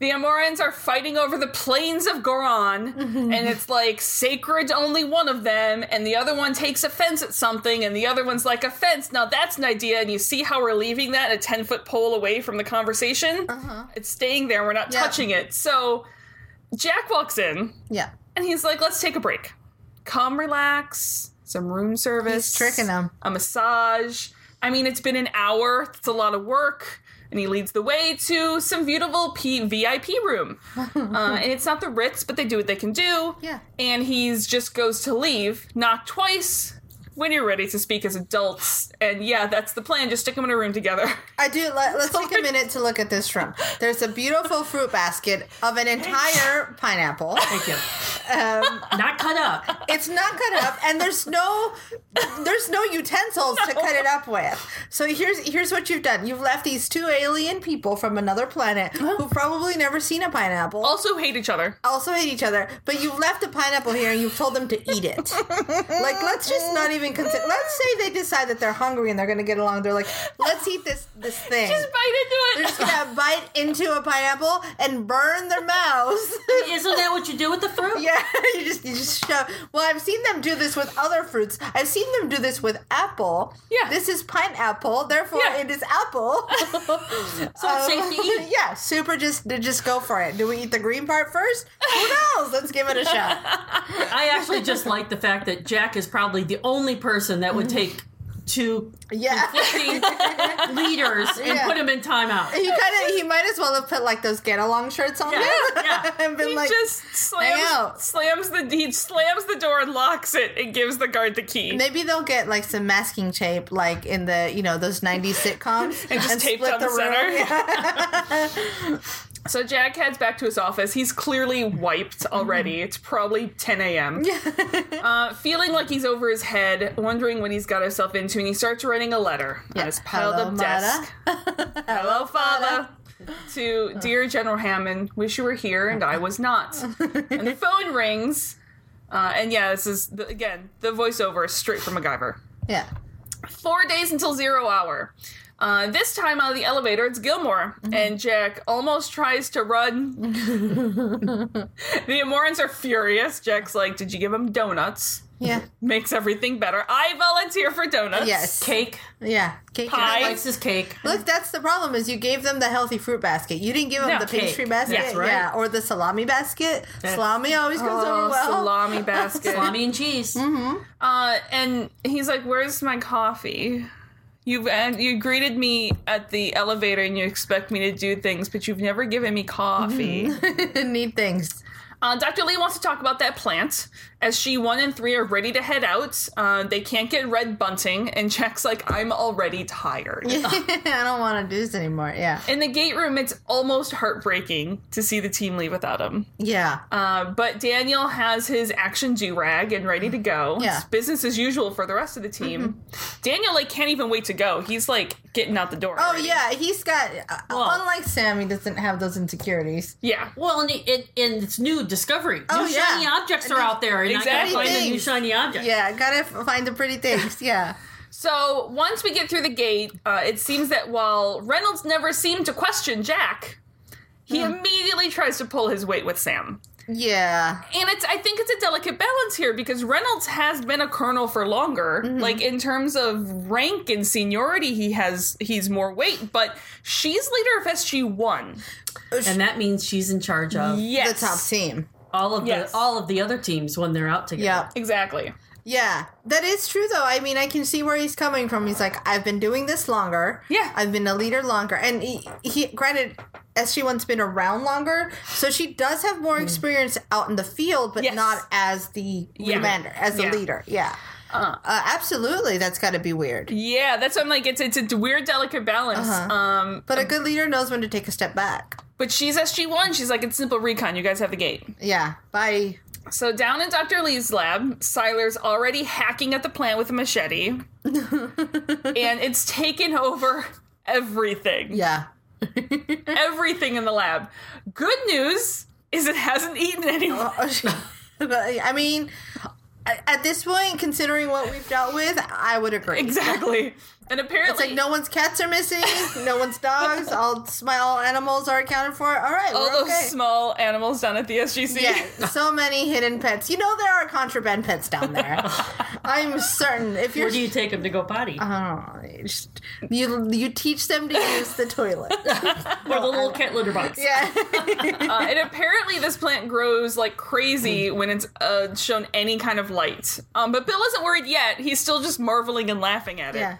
S1: The Amorans are fighting over the plains of Goron,
S2: Mm-hmm.
S1: and it's like sacred to only one of them, and the other one takes offense at something, and the other one's like, offense, now that's an idea, and you see how we're leaving that a 10 foot pole away from the conversation? It's staying there, we're not
S2: Uh-huh. Yeah.
S1: touching it. So Jack walks in,
S2: Yeah.
S1: and he's like, let's take a break. Come relax, some room service.
S2: He's tricking 'em.
S1: A massage. I mean, it's been an hour. It's a lot of work. And he leads the way to some beautiful P- VIP room. uh, and it's not the Ritz, but they do what they can do.
S2: Yeah.
S1: And he's just goes to leave, knock twice when you're ready to speak as adults. And yeah, that's the plan. Just stick them in a room together.
S2: I do. Let, let's take a minute to look at this room. There's a beautiful fruit basket of an entire pineapple.
S3: thank you.
S2: Um,
S3: Not cut up.
S2: It's not cut up, and there's no there's no utensils to cut it up with. So here's here's what you've done. You've left these two alien people from another planet who've probably never seen a pineapple.
S1: also hate each other.
S2: also hate each other, but you've left a pineapple here and you've told them to eat it. like, let's just not even consider. Let's say they decide that they're hungry and they're going to get along. They're like, let's eat this this thing.
S1: Just bite
S2: they're
S1: into it.
S2: just gonna bite into a pineapple and burn their mouths.
S3: Isn't that what you do with the fruit?
S2: yeah, you just you just shove. Well, I've seen them do this with other fruits. I've seen them do this with apple.
S1: Yeah.
S2: this is pineapple, therefore
S1: Yeah.
S2: it is apple.
S3: So it's safe to eat.
S2: yeah, super. Just just go for it. Do we eat the green part first? Who knows? Let's give it a shot.
S3: I actually just like the fact that Jack is probably the only person that would take two
S2: Yeah.
S3: conflicting leaders and
S2: Yeah.
S3: put him in timeout.
S2: He kind of he might as well have put like those get along shirts on
S3: Yeah,
S2: there
S3: yeah.
S2: and been
S1: He
S2: like
S1: just slams,
S2: out.
S1: slams the he slams the door and locks it and gives the guard the key.
S2: maybe they'll get like some masking tape like in the you know those 90s sitcoms and
S1: just taped on the, center. so Jack heads back to his office. He's clearly wiped already. It's probably 10 a.m. uh, feeling like he's over his head, wondering what he's got himself into, and he starts writing a letter on his piled
S2: Hello,
S1: up
S2: Mata.
S1: desk. Hello, Father. To dear General Hammond, wish you were here and I was not. and the phone rings. Uh, and yeah, this is the, again the voiceover is straight from MacGyver
S2: Yeah.
S1: four days until zero hour. Uh, this time out of the elevator, it's Gilmore, and Jack almost tries to run. the Amorans are furious. Jack's like, "Did you give him donuts?"
S2: Yeah.
S1: Makes everything better. I volunteer for donuts.
S2: Yes.
S3: Cake.
S2: Yeah. Cake and
S1: Pie.
S2: like-
S3: Likes his cake.
S2: Look, that's the problem is you gave them the healthy fruit basket. You didn't give them
S1: No,
S2: the
S3: cake.
S2: pastry basket.
S3: That's right.
S2: Yeah, or the salami basket. salami always goes over
S1: Oh,
S2: well.
S1: salami basket.
S3: Salami and cheese.
S1: Uh, and he's like, "Where's my coffee?" You've and you greeted me at the elevator, and you expect me to do things, but you've never given me coffee.
S2: Need things.
S1: Uh, Dr. Lee wants to talk about that plant. As she, one and three are ready to head out, uh, they can't get red bunting, and Jack's like, I'm already tired.
S2: I don't want to do this anymore. Yeah.
S1: In the gate room, it's almost heartbreaking to see the team leave without him.
S2: Yeah.
S1: Uh, but Daniel has his action do rag and ready to go.
S2: Yeah. Mm-hmm.
S1: It's business as usual for the rest of the team. Daniel like can't even wait to go. He's like getting out the door.
S2: Oh
S1: already.
S2: yeah, he's got. Uh,
S3: Well-
S2: unlike Sam, he doesn't have those insecurities.
S1: yeah.
S3: Well, and, it, and it's new discovery.
S2: Oh,
S3: new
S2: yeah.
S3: shiny objects are out there, and
S1: Exactly.
S3: I gotta find a new
S2: Things.
S3: shiny object.
S2: Yeah, gotta f- find the pretty things. Yeah,
S1: So once we get through the gate, uh, it seems that while
S2: Hmm.
S1: Reynolds never seemed to question Jack, he immediately tries to pull his weight with Sam.
S2: Yeah.
S1: and it's I think it's a delicate balance here because Reynolds has been a colonel for longer.
S2: Mm-hmm.
S1: Like in terms of rank and seniority, he has he's more weight, but she's leader of SG one.
S3: and that means she's in charge of
S1: Yes.
S2: The top team.
S3: all of
S1: Yes.
S3: the all of the other teams when they're out together.
S2: Yeah.
S1: Exactly.
S2: Yeah, that is true though. I mean, I can see where he's coming from. He's like, I've been doing this longer.
S1: Yeah.
S2: I've been a leader longer, and he, he granted, SG One's been around longer, so she does have more experience out in the field, but
S1: Hmm. Yes.
S2: not as the
S1: Yeah.
S2: commander, as the
S1: Yeah. Uh-huh.
S2: leader. Yeah, uh, absolutely. That's got to be weird.
S1: Yeah, that's what I'm like. It's it's a weird delicate balance. Um,
S2: Uh-huh. But a good leader knows when to take a step back.
S1: but she's SG one. She's like it's simple recon. You guys have the gate.
S2: Yeah. Bye.
S1: So down in Dr. Lee's lab, Siler's already hacking at the plant with a machete, and it's taken over everything.
S2: Yeah.
S1: everything in the lab. Good news is it hasn't eaten anyone.
S2: Uh, I mean, a- at this point, considering what we've dealt with, I would agree.
S1: exactly. And apparently,
S2: It's like no one's cats are missing, no one's dogs. All small all animals are accounted for. All right,
S1: all
S2: we're
S1: those
S2: okay.
S1: small animals down at the SGC.
S2: yeah, so many hidden pets. You know there are contraband pets down there. I'm certain. If you're,
S3: Where do you take them to go potty?
S2: Oh, it's- you you teach them to use the toilet.
S3: or the little cat litter box?
S2: Yeah,
S1: Uh, and apparently, this plant grows like
S2: Mm.
S1: crazy when it's uh, shown any kind of light. Um, but Bill isn't worried yet. He's still just marveling and laughing at it.
S2: yeah.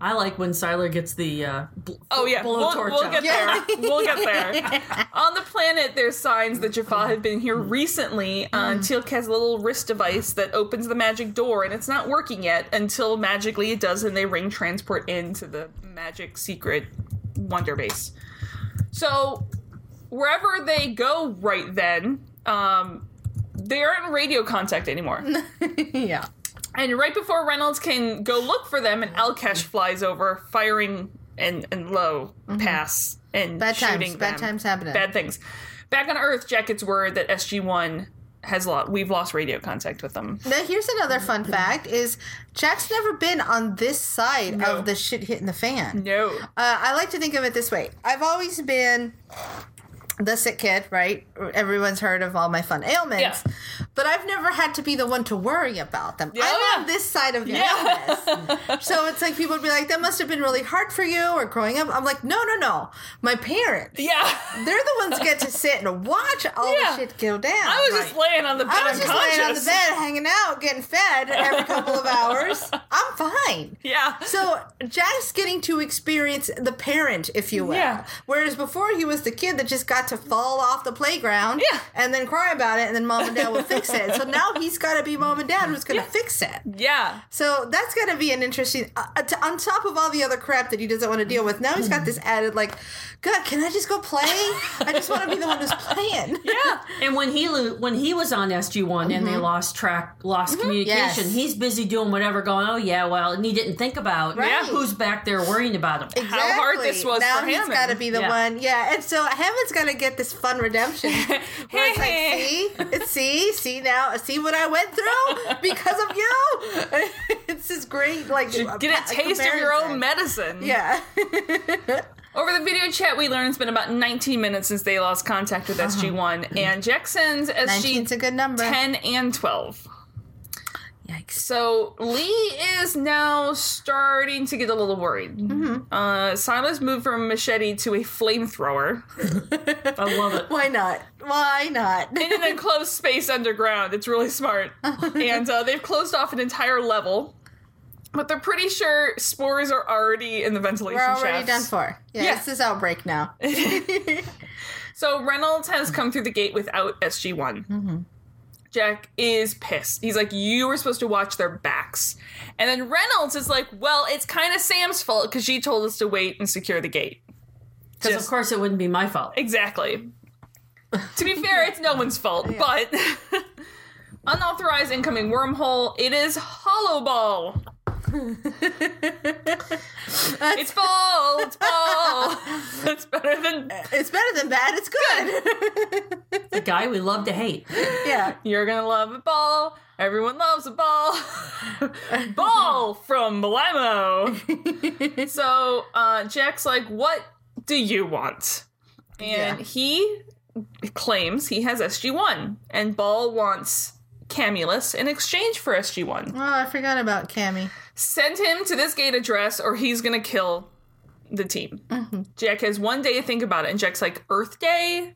S3: I like when Siler gets the uh, bl-
S1: Oh yeah, we'll,
S3: blowtorch
S1: we'll
S3: out.
S1: get
S2: Yeah.
S1: there. We'll get there. On the planet, there's signs that Jaffa had been here recently. Uh, Teal'c has a little wrist device that opens the magic door, and it's not working yet until magically it does, and they ring transport into the magic secret wonder base. So wherever they go, right then, um, they aren't in radio contact anymore.
S2: yeah.
S1: And right before Reynolds can go look for them, an Elkesh flies over, firing and and low pass and
S2: Mm-hmm. Bad times,
S1: shooting
S2: bad
S1: them.
S2: times happening.
S1: Bad things. Back on Earth, Jack gets word that SG One has lost. We've lost radio contact with them.
S2: Now here's another fun fact: is Jack's never been on this side
S1: No.
S2: of the shit hitting the fan.
S1: No.
S2: Uh, I like to think of it this way. I've always been the sick kid, right? Everyone's heard of all my fun ailments,
S1: Yeah.
S2: but I've never had to be the one to worry about them. I'm
S1: yeah.
S2: on this side of the
S1: Yeah.
S2: illness, so it's like people would be like, "That must have been really hard for you," or growing up. I'm like, "No, no, no. My parents,
S1: Yeah.
S2: they're the ones who get to sit and watch all
S1: Yeah.
S2: the shit go down."
S1: I was just laying on the bed
S2: I was just
S1: unconscious.
S2: laying on the bed, hanging out, getting fed every couple of hours. I'm fine.
S1: Yeah.
S2: So Jack's getting to experience the parent, if you will.
S1: Yeah.
S2: Whereas before he was the kid that just got to fall off the playground
S1: Yeah.
S2: and then cry about it and then mom and dad will fix it. So now he's got to be mom and dad who's going to fix it.
S1: yeah.
S2: So that's got to be an interesting, uh, uh, to, on top of all the other crap that he doesn't want to deal with. Now he's got this added like, God, can I just go play? I just want to be the one who's playing.
S1: Yeah.
S3: And when he lo- when he was on SG One and they lost track, lost communication,
S2: Mm-hmm. Yes.
S3: he's busy doing whatever. Going, oh yeah, well, and he didn't think about
S2: Right.
S3: who's back there worrying about him.
S1: how hard this was
S2: now
S1: for
S2: he's
S1: Hammond.
S2: got to be the
S3: Yeah.
S2: one. Yeah, and so Hammond's got to get this fun redemption. Where it's
S1: Hey.
S2: like, see, It's- see, see now, see what I went through because of you. it's this great, like,
S1: Get a taste of your own
S2: medicine.
S1: medicine.
S2: Yeah,
S1: Over the video chat, we learned it's been about 19 minutes since they lost contact with
S2: Uh-huh.
S1: SG1, and Jackson's SG
S2: nineteen's a good number.
S1: 10 and 12.
S2: Yikes.
S1: So Lee is now starting to get a little worried.
S2: Mm-hmm.
S1: Uh, Silas moved from a machete to a flamethrower
S3: I love it.
S2: Why not? Why not?
S1: in an enclosed space underground. It's really smart. and uh, they've closed off an entire level, but they're pretty sure spores are already in the ventilation
S2: We're already
S1: shafts.
S2: done for. Yeah,
S1: Yeah.
S2: this is outbreak now.
S1: So Reynolds has come through the gate without SG One. Jack is pissed. He's like, "You were supposed to watch their backs," and then Reynolds is like, "Well, it's kind of Sam's fault because she told us to wait and secure the gate."
S3: Because of
S1: Just-
S3: course it wouldn't be my fault.
S1: Exactly. to be fair, it's no one's fault, but unauthorized incoming wormhole. It is Hollow Ball. it's ball. It's ball. It's better than
S2: It's better than bad. It's good.
S3: The guy we love to hate.
S2: yeah.
S1: You're gonna love a ball. Everyone loves a ball. ball from Malamo. so uh, Jack's like, "What do you want?" And
S2: Yeah.
S1: he claims he has SG1, and Ball wants Camulus in exchange for SG1.
S2: Oh, I forgot about Cammy.
S1: Send him to this gate address, or he's gonna kill the team.
S2: Mm-hmm.
S1: Jack has one day to think about it, and Jack's like, Earth Day?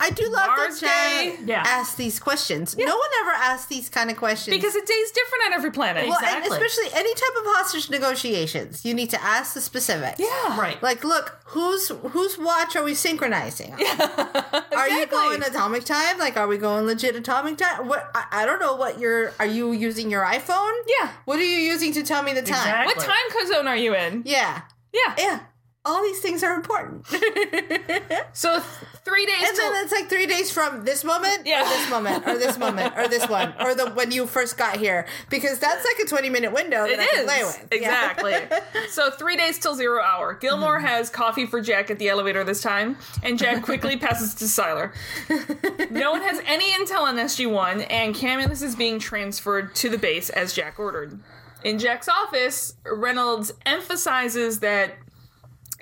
S2: I do love
S1: Mars
S2: that
S1: Day.
S2: Jack
S3: Yeah.
S2: asks these questions. No one ever asks these kind of questions.
S1: Because a day's different on every planet.
S2: well,
S3: Exactly.
S2: and especially any type of hostage negotiations, you need to ask the specifics.
S1: yeah.
S3: Right.
S2: Like, look, whose whose watch are we synchronizing? on? Are you going atomic time? Like, are we going legit atomic time? What I, I don't know what you're. Are you using your iPhone?
S1: Yeah.
S2: What are you using to tell me the time?
S3: Exactly.
S1: What time zone are you in?
S2: Yeah,
S1: Yeah.
S2: yeah. All these things are important.
S1: So th- three days
S2: And
S1: till-
S2: then it's like three days from this moment,
S1: Yeah.
S2: or this moment, or this moment, or this one, or the when you first got here, because that's like a twenty-minute window that
S1: It
S2: I
S1: is
S2: can play with. Yeah.
S1: exactly. so three days till zero hour.
S2: Mm-hmm.
S1: Gilmore has coffee for Jack at the elevator this time, and Jack quickly passes to Siler. no one has any intel on SG One, and Camulus is being transferred to the base as Jack ordered. In Jack's office, Reynolds emphasizes that.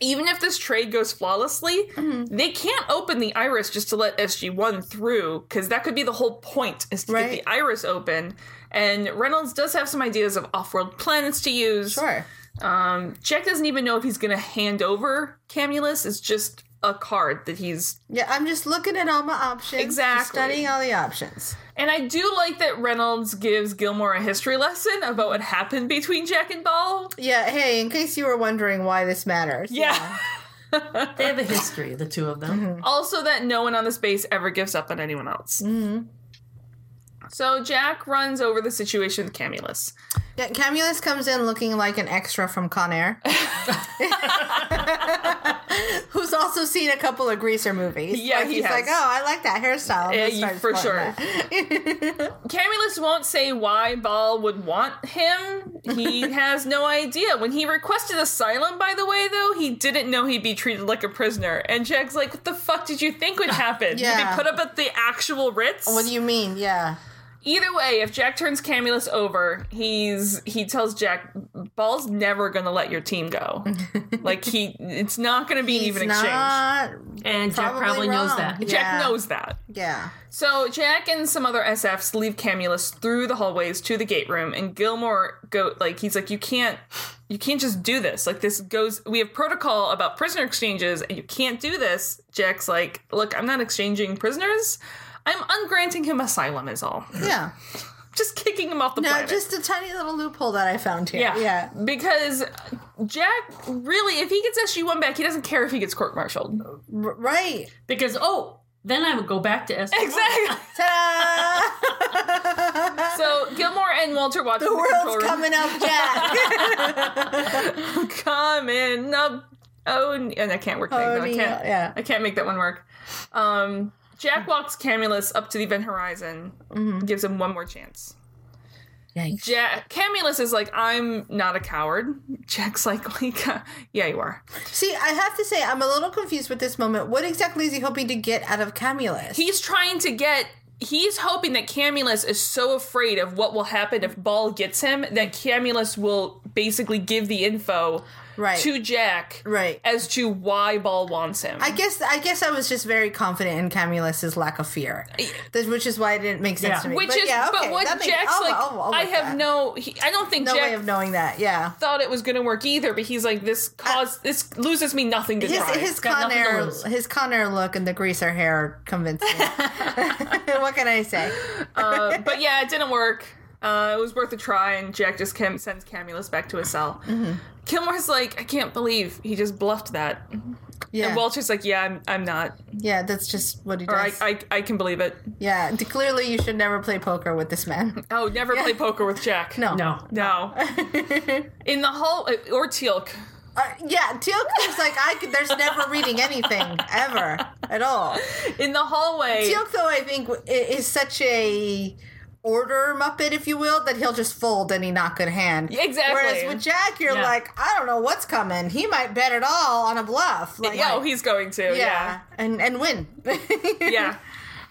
S1: Even if this trade goes flawlessly,
S2: Mm-hmm.
S1: they can't open the iris just to let SG1 through, because that could be the whole point is to get
S2: Right.
S1: the iris open. And Reynolds does have some ideas of off world planets to use.
S2: Sure.
S1: Um, Jack doesn't even know if he's going to hand over Camulus. It's just a card that he's.
S2: Yeah, I'm just looking at all my options. just
S1: Exactly.
S2: Studying all the options.
S1: And I do like that Reynolds gives Gilmore a history lesson about what happened between Jack and Ball.
S2: Yeah, hey, in case you were wondering why this matters.
S1: Yeah.
S3: They have a history, the two of them.
S1: also, that no one on the space ever gives up on anyone else. Mm-hmm. So Jack runs over the situation with Camulus.
S2: Yeah, Camulus comes in looking like an extra from Con Air. Who's also seen a couple of Greaser movies.
S1: Yeah,
S2: Like,
S1: he
S2: he's
S1: has.
S2: like, oh, I like that hairstyle. I'm gonna
S1: Yeah, you-
S2: start
S1: for
S2: sporting
S1: sure. Camulus won't say why Ball would want him. He has no idea. When he requested asylum, by the way, though, he didn't know he'd be treated like a prisoner. And Jack's like, "What the fuck did you think would happen? You'd
S2: Yeah.
S1: be put up at the actual Ritz."
S2: What do you mean? Yeah.
S1: Either way, if Jack turns Camulus over, he's he tells Jack, "Ball's never gonna let your team go. like he, it's not gonna be an even
S2: He's
S1: exchange."
S2: not.
S3: And Jack
S2: Probably
S3: probably knows
S2: wrong.
S3: that.
S2: Yeah.
S1: Jack knows that.
S2: Yeah.
S1: So Jack and some other SFs leave Camulus through the hallways to the gate room, and Gilmore go like he's like you can't, you can't just do this. Like this goes. We have protocol about prisoner exchanges, and you can't do this. Jack's like, look, I'm not exchanging prisoners. I'm ungranting him asylum. Is all.
S2: Yeah.
S1: Just kicking him off the
S2: No,
S1: planet.
S2: just a tiny little loophole that I found here.
S1: yeah,
S2: Yeah.
S1: Because Jack really, if he gets SG one back, he doesn't care if he gets court martialed.
S2: R- right.
S3: Because, oh, then I would go back to S.
S1: Exactly.
S2: Ta-da!
S1: so Gilmore and Walter watch the,
S2: The
S1: control
S2: world's
S1: room.
S2: coming up, Jack.
S1: coming up. Oh, and I can't work. that. I
S2: O'Neill,
S1: can't.
S2: yeah.
S1: I can't make that one work. Um, Jack walks Camulus up to the event horizon,
S2: Mm-hmm.
S1: gives him one more chance.
S2: Yikes.
S1: Jack Camulus is like, "I'm not a coward." Jack's like, "Like, uh, yeah, you are."
S2: See, I have to say, I'm a little confused with this moment. What exactly is he hoping to get out of Camulus?
S1: He's trying to get. He's hoping that Camulus is so afraid of what will happen if Ball gets him that Camulus will basically give the info
S2: right.
S1: to Jack
S2: Right.
S1: as to why Ball wants him.
S2: I guess I guess I was just very confident in Camulus's lack of fear, That- which is why it didn't make sense
S3: Yeah.
S2: to me.
S1: Which is,
S2: yeah, okay,
S1: but what
S2: that
S1: Jack's
S2: makes- I'll-
S1: like,
S2: I'll- I'll
S1: I
S2: with
S1: have
S2: that.
S1: no, he, I don't think
S2: no
S1: Jack
S2: way of knowing that. Yeah,
S1: thought it was going to work either, but he's like, this cause, this loses me nothing to
S2: his
S1: try.
S2: his
S3: got nothing to
S2: Conair
S3: lose.
S2: his Conair look and the greaser hair convinced me. what can I say?
S1: Uh, but yeah, it didn't work. Uh, it was worth a try, and Jack just cam- sends Camulus back to his cell.
S2: Mm-hmm.
S1: Kilmore's like, I can't believe he just bluffed that.
S2: Yeah,
S1: And Walter's like, Yeah, I'm, I'm not.
S2: yeah, that's just what he
S1: Or I,
S2: does.
S1: I, I can believe it.
S2: yeah, d- clearly you should never play poker with this man.
S1: Oh, never play poker with Jack.
S2: No,
S3: No.
S1: No. In the hall, or Teal'c.
S2: Uh, yeah, Teal was like I. Could, there's never reading anything ever at all.
S1: In the hallway.
S2: Teal'c, though, I think i- is such a order muppet, if you will, that he'll just fold any not good hand.
S1: Yeah, exactly.
S2: Whereas with Jack, you're
S3: Yeah.
S2: like, I don't know what's coming. He might bet it all on a bluff. Like,
S1: yeah, oh, he's going to.
S2: yeah, and and win.
S1: yeah.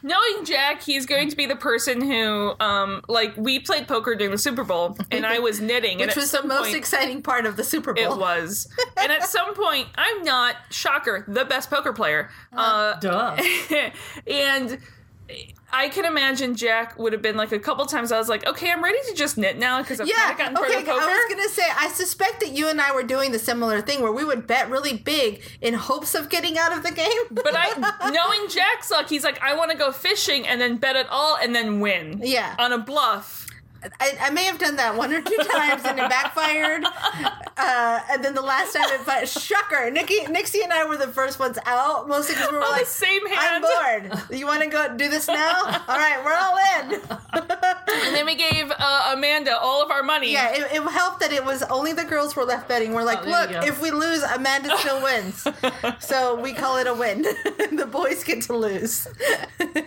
S1: knowing Jack, he's going to be the person who, um, like we played poker during the Super Bowl, and I was knitting, and
S2: Which
S1: at
S2: was the
S1: some
S2: most
S1: point-
S2: exciting part of the Super Bowl.
S1: It was, and at some point, I'm not shocker, the best poker player,
S2: Uh-huh.
S1: uh,
S3: Duh.
S1: and. I can imagine Jack would have been like a couple times. I was like, okay, I'm ready to just knit now because I've kind
S2: Yeah.
S1: of gotten part
S2: Okay.
S1: of poker.
S2: I was gonna say, I suspect that you and I were doing the similar thing where we would bet really big in hopes of getting out of the game.
S1: But I, knowing Jack's luck, he's like, I want to go fishing and then bet it all and then win.
S2: Yeah.
S1: On a bluff.
S2: I, I may have done that one or two times and it backfired. Uh, and then the last time it but shucker, Nikki, Nixie, and I were the first ones out, mostly because we were
S1: On the
S2: like,
S1: same
S2: "I'm
S1: hand.
S2: bored. You want to go do this now? All right, we're all in."
S1: And then we gave uh, Amanda all of our money.
S2: Yeah, it, it helped that it was only the girls were left betting. We're like,
S3: Oh, there
S2: "Look,
S3: you go."
S2: if we lose, Amanda still wins." so we call it a win. the boys get to lose.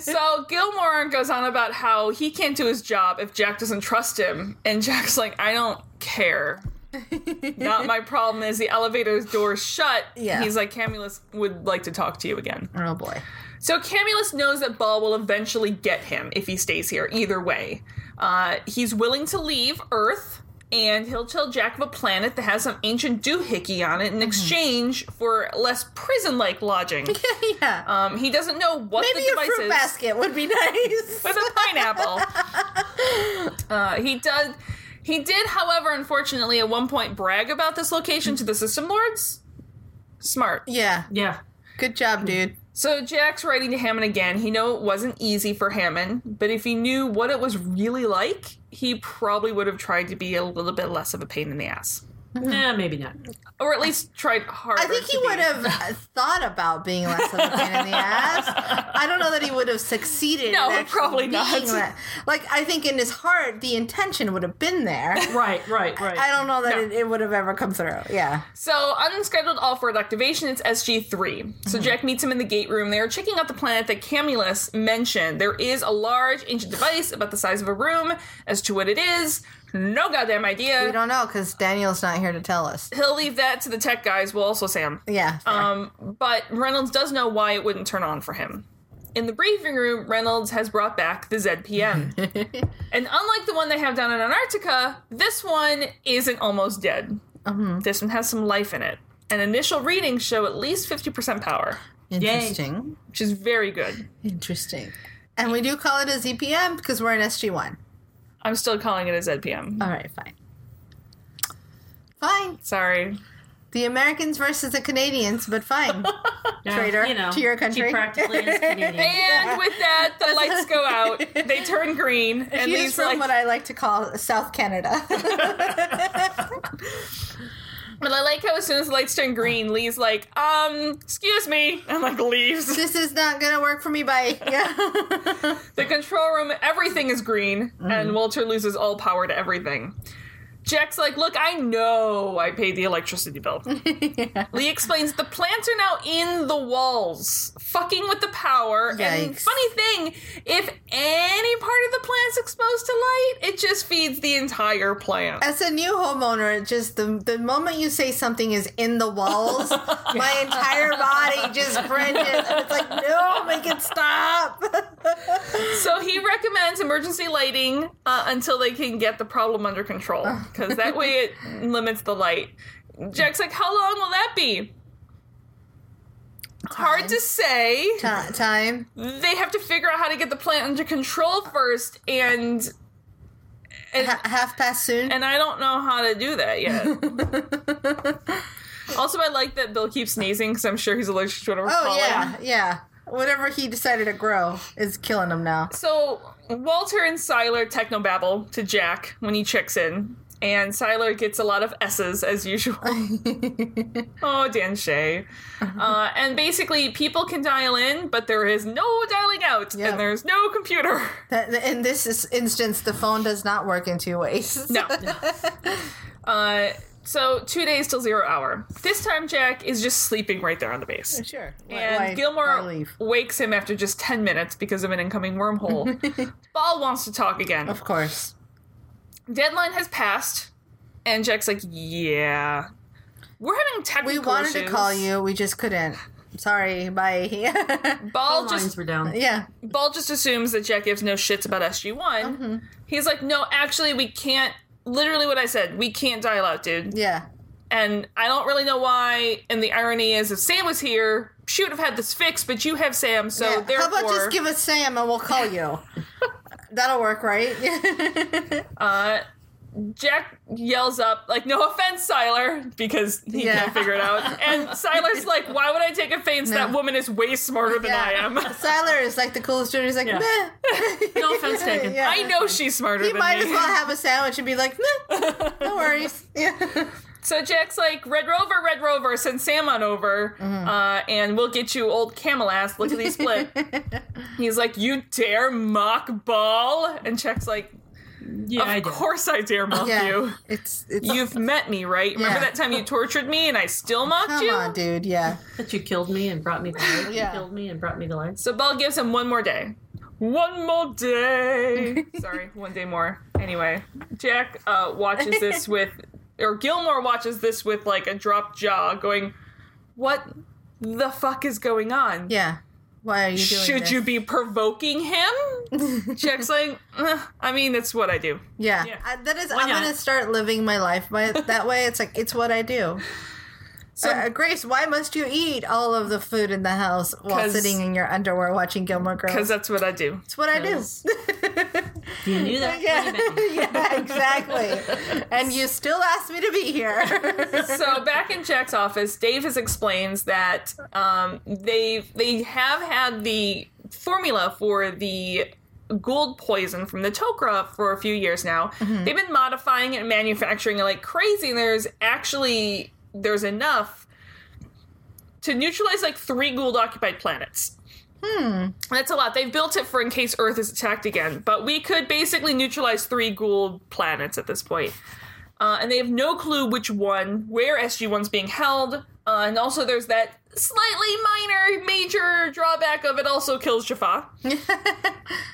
S1: So Gilmore goes on about how he can't do his job if Jack doesn't trust him. And Jack's like, I don't care. Not my problem is the elevator's door is shut.
S2: Yeah.
S1: He's like, Camulus would like to talk to you again.
S2: Oh boy.
S1: So Camulus knows that Ball will eventually get him if he stays here, either way. Uh, he's willing to leave Earth, and he'll tell Jack of a planet that has some ancient doohickey on it in exchange for less prison like lodging.
S2: yeah.
S1: Um, he doesn't know what
S2: Maybe
S1: the
S2: a
S1: device
S2: fruit
S1: is.
S2: basket would be nice.
S1: With a pineapple. uh, he does. He did, however, unfortunately, at one point brag about this location to the system lords. Smart.
S2: yeah.
S3: Yeah.
S2: Good job, dude.
S1: So Jack's writing to Hammond again. He know it wasn't easy for Hammond, but if he knew what it was really like, he probably would have tried to be a little bit less of a pain in the ass,
S3: Nah, Eh, maybe not.
S1: or at least tried harder.
S2: I think he
S1: to
S2: would
S1: be.
S2: have uh, thought about being less of a pain in the ass. I don't know that he would have succeeded.
S1: No,
S2: in actually
S1: probably
S2: being
S1: not.
S2: that. Like, I think in his heart, the intention would have been there.
S3: Right, right, right.
S2: I don't know that it, it would have ever come through. Yeah.
S1: So unscheduled off-world activation. It's SG three.
S2: Mm-hmm.
S1: So Jack meets him in the gate room. They are checking out the planet that Camulus mentioned. There is a large ancient device about the size of a room. As to what it is, no goddamn
S2: We
S1: idea.
S2: don't know because Daniel's not here to tell us.
S1: He'll leave that to the tech guys. Well, also Sam.
S2: Yeah. fair.
S1: Um, but Reynolds does know why it wouldn't turn on for him. In the briefing room, Reynolds has brought back the ZPM. and unlike the one they have down in Antarctica, this one isn't almost dead.
S2: Mm-hmm.
S1: This one has some life in it. And initial readings show at least 50% power,
S2: Interesting.
S1: which is very good.
S2: Interesting. And we do call it a ZPM because we're an SG1.
S1: I'm still calling it a ZPM.
S2: All right, fine. Fine.
S1: Sorry.
S2: The Americans versus the Canadians, but fine.
S3: Yeah,
S2: traitor to your country.
S3: She practically is Canadian.
S1: And with that, the lights go out. They turn green. And
S2: She's
S1: these
S2: from
S1: like,
S2: what I like to call South Canada.
S1: but I like how as soon as the lights turn green, Lee's like, um, excuse me, and like leaves.
S2: this is not gonna work for me. Bye. Yeah.
S1: The control room, everything is green, and Walter loses all power to everything. Jack's like, Look, I know I paid the electricity bill. Lee explains the plants are now in the walls, fucking with the power. And
S2: Yikes.
S1: funny thing, if any part of the plant's exposed to light, it just feeds the entire plant.
S2: As a new homeowner, it just the the moment you say something is in the walls, my entire body just cringes. And it's like, no, make it stop.
S1: So he recommends emergency lighting uh, until they can get the problem under control, because that way it limits the light. Jack's like, "How long will that be?" Hard to say.
S2: Ti- Uh, time.
S1: They have to figure out how to get the plant under control first, and
S2: Ha- half past soon.
S1: and I don't know how to do that yet.
S2: Oh,
S1: also, I like that Bill keeps sneezing because I'm sure he's allergic to whatever.
S2: oh
S1: pollen.
S2: yeah, yeah. Whatever he decided to grow is killing him now.
S1: So Walter and Siler technobabble to Jack when he checks in, and Siler gets a lot of S's as usual. oh, Dan Shay.
S2: Uh-huh.
S1: Uh, and basically, people can dial in, but there is no dialing out,
S2: Yep.
S1: and there's no computer.
S2: That, in this is- instance, the phone does not work in two ways.
S1: No. uh, so two days till zero hour. This time, Jack is just sleeping right there on the base.
S2: Sure.
S1: And Gilmore wakes him after just 10 minutes because of an incoming wormhole. Ball wants to talk again.
S2: Of course.
S1: deadline has passed, and Jack's like, "Yeah, we're having technical
S2: We wanted to
S1: issues."
S2: call you, we just couldn't. Sorry, bye.
S1: Ball
S3: All
S1: just
S3: lines were down.
S2: yeah.
S1: Ball just assumes that Jack gives no shits about SG One.
S2: Mm-hmm.
S1: He's like, no, actually, we can't. Literally, what I said, we can't dial out, dude.
S2: Yeah.
S1: And I don't really know why. And the irony is, if Sam was here, she would have had this fixed. But you have Sam, so
S2: yeah.
S1: therefore,
S2: How about just give us Sam and we'll call you? That'll work, right?
S1: uh, Jack yells up like, "No offense, Siler," because he
S2: Yeah.
S1: can't figure it out. And Siler's like, "Why would I take offense? That woman is way smarter than I am.
S2: Siler is like the coolest dude. He's like,
S3: Yeah.
S2: meh.
S3: No offense taken.
S2: Yeah.
S1: I know she's smarter
S2: He
S1: than
S2: might
S1: me."
S2: as well have a sandwich and be like, meh. No worries. Yeah.
S1: So Jack's like, Red Rover, Red Rover, send Sam on over,
S2: Mm-hmm.
S1: uh, and we'll get you old camel ass. Look at these split. He's like, you dare mock Ball? And Jack's like,
S3: Yeah, I
S1: of
S3: did.
S1: course I dare mock
S2: Yeah.
S1: you.
S2: It's it's
S1: You've met me, right? Remember
S2: Yeah.
S1: that time you tortured me and I still mocked
S2: come
S1: you?
S2: on, dude. Yeah.
S3: But you killed me and brought me to life.
S2: Yeah.
S3: You killed me and brought me to life.
S1: So Ball gives him one more day. One more day. Sorry, one day more. Anyway, Jack uh, watches this with, or Gilmore watches this with like a dropped jaw, going, "What the fuck is going on?
S2: Yeah. Why are you doing
S1: Should
S2: this?
S1: you be provoking him?" Jack's like, "Eh, "I mean, that's what I do."
S2: Yeah,
S1: Yeah.
S2: I, that is.
S3: Why
S2: I'm
S3: not?
S2: gonna start living my life by that way. It's like it's what I do. So,
S3: Um,
S2: uh, Grace, why must you eat all of the food in the house while
S1: 'Cause-
S2: sitting in your underwear watching Gilmore
S1: Because
S2: Girls?
S1: that's what I do.
S2: It's what I do.
S3: Because- You knew that.
S2: yeah,
S3: when you met me.
S2: yeah, exactly. and you still asked me to be here.
S1: so back in Jack's office, Davis explains that um, they they have had the formula for the gold poison from the Tokra for a few years now. They've been modifying it and manufacturing it like crazy. And there's actually there's enough to neutralize like three Gould occupied planets. Hmm. That's a lot. They've built it for in case Earth is attacked again, but we could basically neutralize three Gould planets at this point. Uh, and they have no clue which one, where SG1's being held. Uh, and also, there's that slightly minor, major drawback of it also kills Jaffa.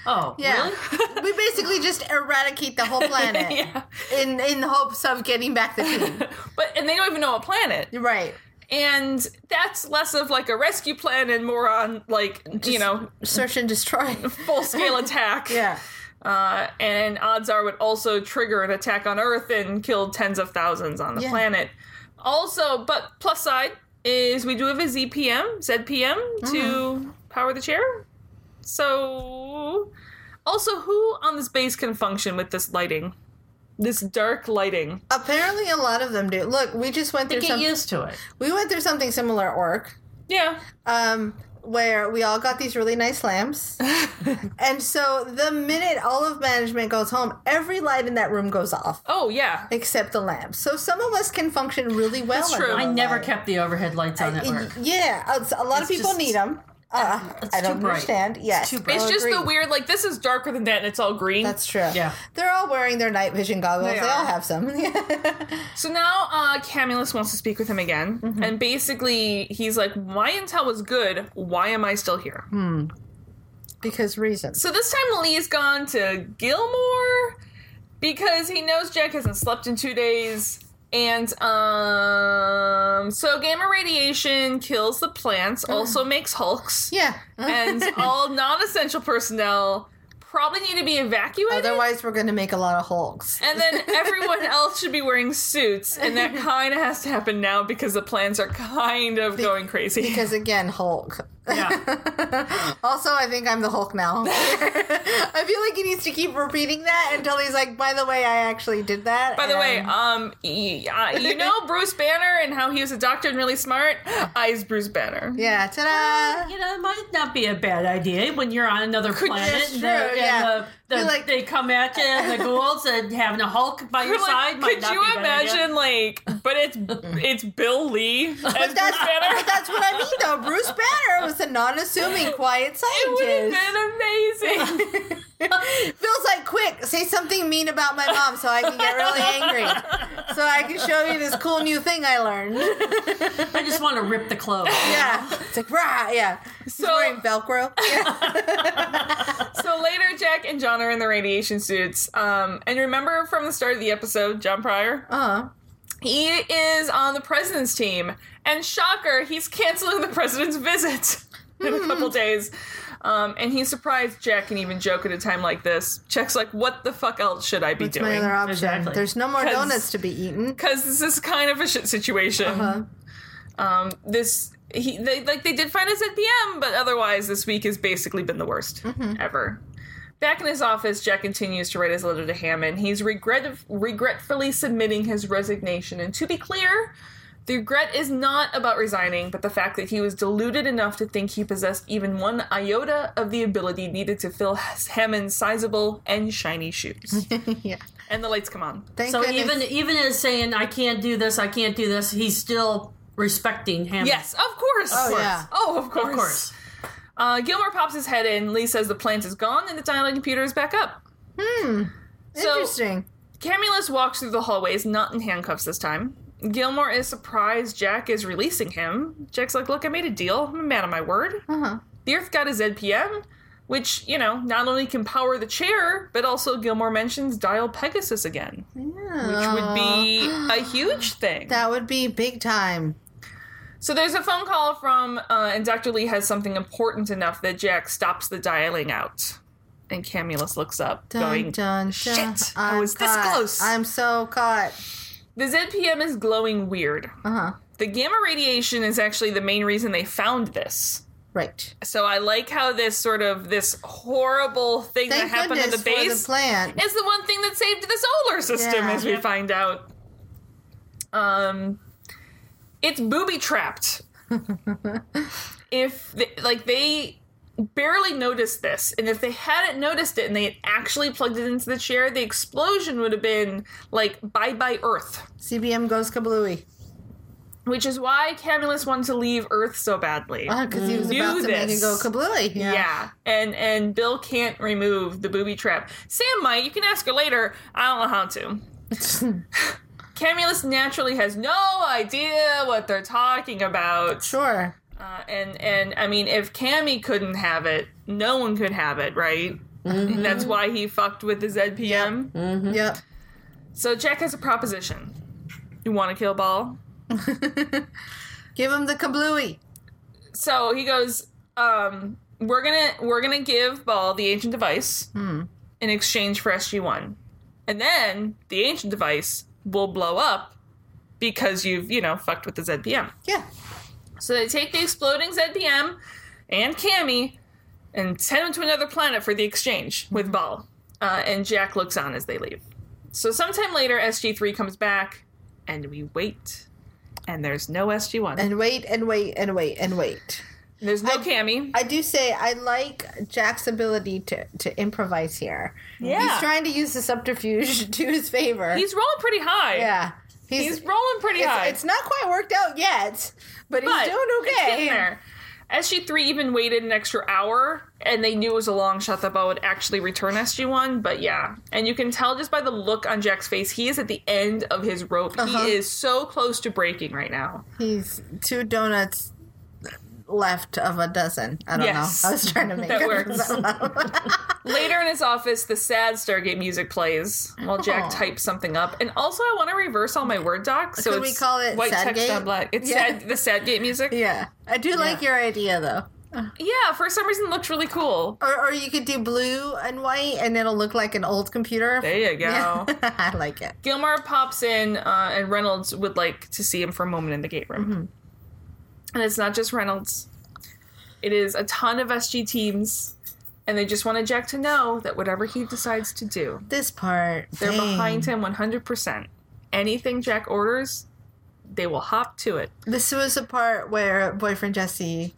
S3: Oh,
S2: yeah,
S3: really?
S2: we basically just eradicate the whole planet
S1: yeah.
S2: in in hopes of getting back the team.
S1: But, and they don't even know what planet.
S2: Right.
S1: And that's less of like a rescue plan and more on like, you know,
S2: Search and destroy.
S1: full scale attack.
S2: Yeah.
S1: Uh, and odds are would also trigger an attack on Earth and kill tens of thousands on the
S2: Yeah.
S1: planet. Also, but plus side is we do have a ZPM, ZPM
S2: Mm-hmm.
S1: to power the chair. So, also, who on this base can function with this lighting? This dark lighting.
S2: Apparently, a lot of them do. Look, we just went through
S3: Get
S2: some.
S3: used to it.
S2: We went through something similar at work,
S1: Yeah.
S2: um, where we all got these really nice lamps. and so the minute all of management goes home, every light in that room goes off
S1: Oh, yeah.
S2: except the lamps. So some of us can function really well.
S1: That's
S2: under
S1: true.
S2: the
S1: I
S3: I never
S2: light.
S3: kept the overhead lights on at work.
S2: Yeah, it's- a lot of
S3: It's
S2: people
S3: just-
S2: need them. Uh,
S3: it's
S2: I don't
S3: too bright.
S2: understand. Yes,
S3: too bright.
S1: It's
S2: I'll
S1: just the
S2: agree.
S1: weird, like, this is darker than that and it's all green.
S2: That's true.
S3: Yeah.
S2: they're all wearing their night vision goggles. They,
S1: They
S2: all
S1: are.
S2: have some.
S1: So now uh, Camulus wants to speak with him again,
S2: Mm-hmm.
S1: and basically he's like, "My intel was good. Why am I still here?"
S2: Hmm. because reasons.
S1: So this time Lee's gone to Gilmore because he knows Jack hasn't slept in two days, and um, so gamma radiation kills the plants, also makes Hulks,
S2: Hmm. Yeah.
S1: and all non-essential personnel probably need to be evacuated.
S2: Otherwise, we're going to make a lot of hulks.
S1: And then everyone else should be wearing suits, and that kind of has to happen now because the plans are kind of going crazy.
S2: Because again, Hulk.
S3: Yeah.
S2: also, I think I'm the Hulk now. I feel like he needs to keep repeating that until he's like, by the way, I actually did that.
S1: By the way,
S2: and-
S1: um, y- uh, you know Bruce Banner and how he was a doctor and really smart. I's Bruce Banner.
S2: yeah, ta da!
S3: You know, it might not be a bad idea when you're on another planet.
S2: That's true,
S3: and the- and
S2: yeah.
S3: the, the-
S2: You're like-
S3: they come at you, and the ghouls, and having a Hulk by your
S1: Like,
S3: side might
S1: could
S3: not
S1: you
S3: be a bad idea.
S1: imagine like? But it's it's Bill Lee as Bruce
S2: That's, but
S1: Banner.
S2: that's what I mean, though. Bruce Banner was a non assuming, quiet
S1: It would
S2: scientist.
S1: have been amazing.
S2: Feels like, quick, say something mean about my mom so I can get really angry. So I can show you this cool new thing I learned.
S3: I just want to rip the clothes.
S2: Yeah. It's like, rah, yeah. He's
S1: so
S2: wearing Velcro. Yeah.
S1: so later, Jack and John are in the radiation suits. Um, and remember from the start of the episode, John Pryor.
S2: Uh-huh.
S1: He is on the president's team, and shocker, he's canceling the president's visit in a
S2: Hmm.
S1: couple days. Um, and he surprised Jack can even joke at a time like this. Jack's like, "What the fuck else should I be
S2: It's my
S1: doing?"
S2: other option.
S3: Exactly.
S2: There's no more
S1: 'Cause-
S2: donuts to be eaten.
S1: because this is kind of a shit situation. Um, this he they, like they did find us at PM, but otherwise this week has basically been the worst ever. Back in his office, Jack continues to write his letter to Hammond. He's regret- regretfully submitting his resignation, and to be clear. The regret is not about resigning, but the fact that he was deluded enough to think he possessed even one iota of the ability needed to fill Hammond's sizable and shiny shoes.
S2: yeah.
S1: and the lights come on.
S2: Thank
S3: So
S2: goodness.
S3: even even as saying I can't do this, I can't do this, he's still respecting him.
S1: Yes, of course.
S2: Oh, yeah.
S1: Oh, of course.
S3: of course.
S1: Uh, Gilmore pops his head in. Lee says the plant is gone and the dialing computer is back up. so-
S2: Interesting.
S1: Camulus walks through the hallways, not in handcuffs this time. Gilmore is surprised Jack is releasing him. Jack's like, Look, I made a deal. I'm a man of my word.
S2: Uh-huh.
S1: The Earth got his ZPM, which, you know, not only can power the chair, but also Gilmore mentions dial Pegasus again, which would be a huge thing.
S2: That would be big time.
S1: So there's a phone call from, uh, and Dr. Lee has something important enough that Jack stops the dialing out. And Camulus looks up,
S2: Dun,
S1: going,
S2: dun, dun.
S1: "Shit, I
S2: I'm
S1: was this
S2: caught.
S1: close."
S2: I'm so caught.
S1: The ZPM is glowing weird.
S2: Uh huh.
S1: The gamma radiation is actually the main reason they found this.
S2: Right.
S1: So I like how this sort of this horrible thing
S2: Thank
S1: that happened at
S2: goodness
S1: the
S2: for
S1: base
S2: the plant.
S1: is the one thing that saved the solar system,
S2: Yeah.
S1: as we find out. Um, it's booby trapped. if they, like they barely noticed this, and if they hadn't noticed it and they had actually plugged it into the chair, the explosion would have been like bye bye Earth,
S2: CBM goes kablooey.
S1: which is why Camulus wanted to leave Earth so badly.
S2: Because Uh, he was
S1: Mm, Knew
S2: about to make
S1: this.
S2: it go kablooey.
S1: Yeah. and and Bill can't remove the booby trap. Sam might. You can ask her later. I don't know how to. Camulus naturally has no idea what they're talking about,
S2: Sure.
S1: uh, and and I mean, if Cammy couldn't have it, no one could have it, right? And that's why he fucked with the ZPM.
S2: Yep.
S1: So Jack has a proposition. You want to kill Ball?
S2: Give him the kablooey.
S1: so he goes um we're gonna we're gonna give ball the ancient device
S2: Hmm.
S1: in exchange for sg1 and then the ancient device will blow up because you've you know fucked with the zpm
S2: Yeah.
S1: so they take the exploding zpm and cami and send them to another planet for the exchange
S2: Hmm.
S1: with ball uh, and jack looks on as they leave so sometime later sg3 comes back and we wait and there's no sg1
S2: And wait and wait and wait and wait.
S1: there's no cami
S2: I do say I like Jack's ability to, to improvise here.
S1: yeah
S2: He's trying to use the subterfuge to his favor.
S1: He's rolling pretty high.
S2: yeah.
S1: He's rolling pretty
S2: it's,
S1: high.
S2: it's not quite worked out yet,
S1: but
S2: but, he's doing
S1: It's
S2: okay.
S1: getting there. SG3 even waited an extra hour and they knew it was a long shot that Bo would actually return SG1, but yeah. And you can tell just by the look on Jack's face, he is at the end of his rope.
S2: Uh-huh.
S1: He is so close to breaking right now.
S2: He's two donuts left of a dozen. I don't
S1: Yes.
S2: know. I was trying to make
S1: That
S2: up
S1: works. Later in his office, the sad Stargate music plays while Jack
S2: Aw.
S1: types something up. And also, I want to reverse all my Word docs. So
S2: Could we
S1: it's
S2: call it
S1: white
S2: Sad
S1: text
S2: Gate?
S1: on black. It's
S2: Yeah.
S1: sad, the Sadgate music. Yeah.
S2: Yeah, I do like your idea though.
S1: for some reason, it looked really cool.
S2: Or, or you could do blue and white, and it'll look like an old computer.
S1: There you go.
S2: Yeah. I like it.
S1: Gilmore pops in, uh, and Reynolds would like to see him for a moment in the gate room.
S2: Mm-hmm.
S1: And it's not just Reynolds, it is a ton of SG teams, and they just wanted Jack to know that whatever he decides to do,
S2: This part,
S1: they're
S2: dang.
S1: behind him 100%. Anything Jack orders, they will hop to it.
S2: This was the part where boyfriend Jesse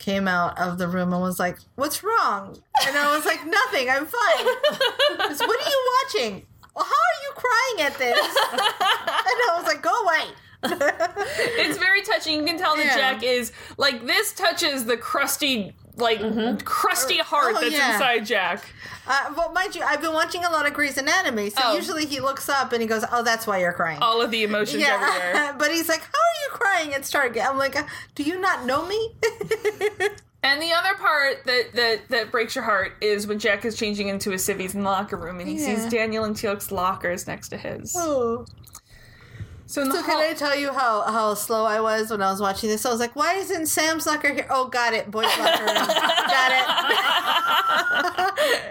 S2: came out of the room and was like, "What's wrong?" And I was like, "Nothing. I'm fine." He goes, what are you watching? Well, how are you crying at this? and I was like, "Go away."
S1: It's very touching. You can tell that
S2: Yeah.
S1: Jack is like this touches the crusty, like crusty heart
S2: Mm-hmm. Oh,
S1: that's
S2: yeah.
S1: inside Jack.
S2: Uh, well, mind you, I've been watching a lot of Grey's Anatomy, so
S1: Oh.
S2: usually he looks up and he goes, "Oh, that's why you're crying."
S1: All of the emotions everywhere.
S2: but he's like, "How are you crying at Stargate?" I'm like, "Do you not know me?"
S1: And the other part that, that that breaks your heart is when Jack is changing into his civvies in the locker room and he
S2: Yeah.
S1: sees Daniel and Teal'c's lockers next to his.
S2: oh,
S1: So, in the
S2: So can
S1: hall-
S2: I tell you how, how slow I was when I was watching this? I was like, why isn't Sam Zucker here? Oh, got it, boy locker room. got it.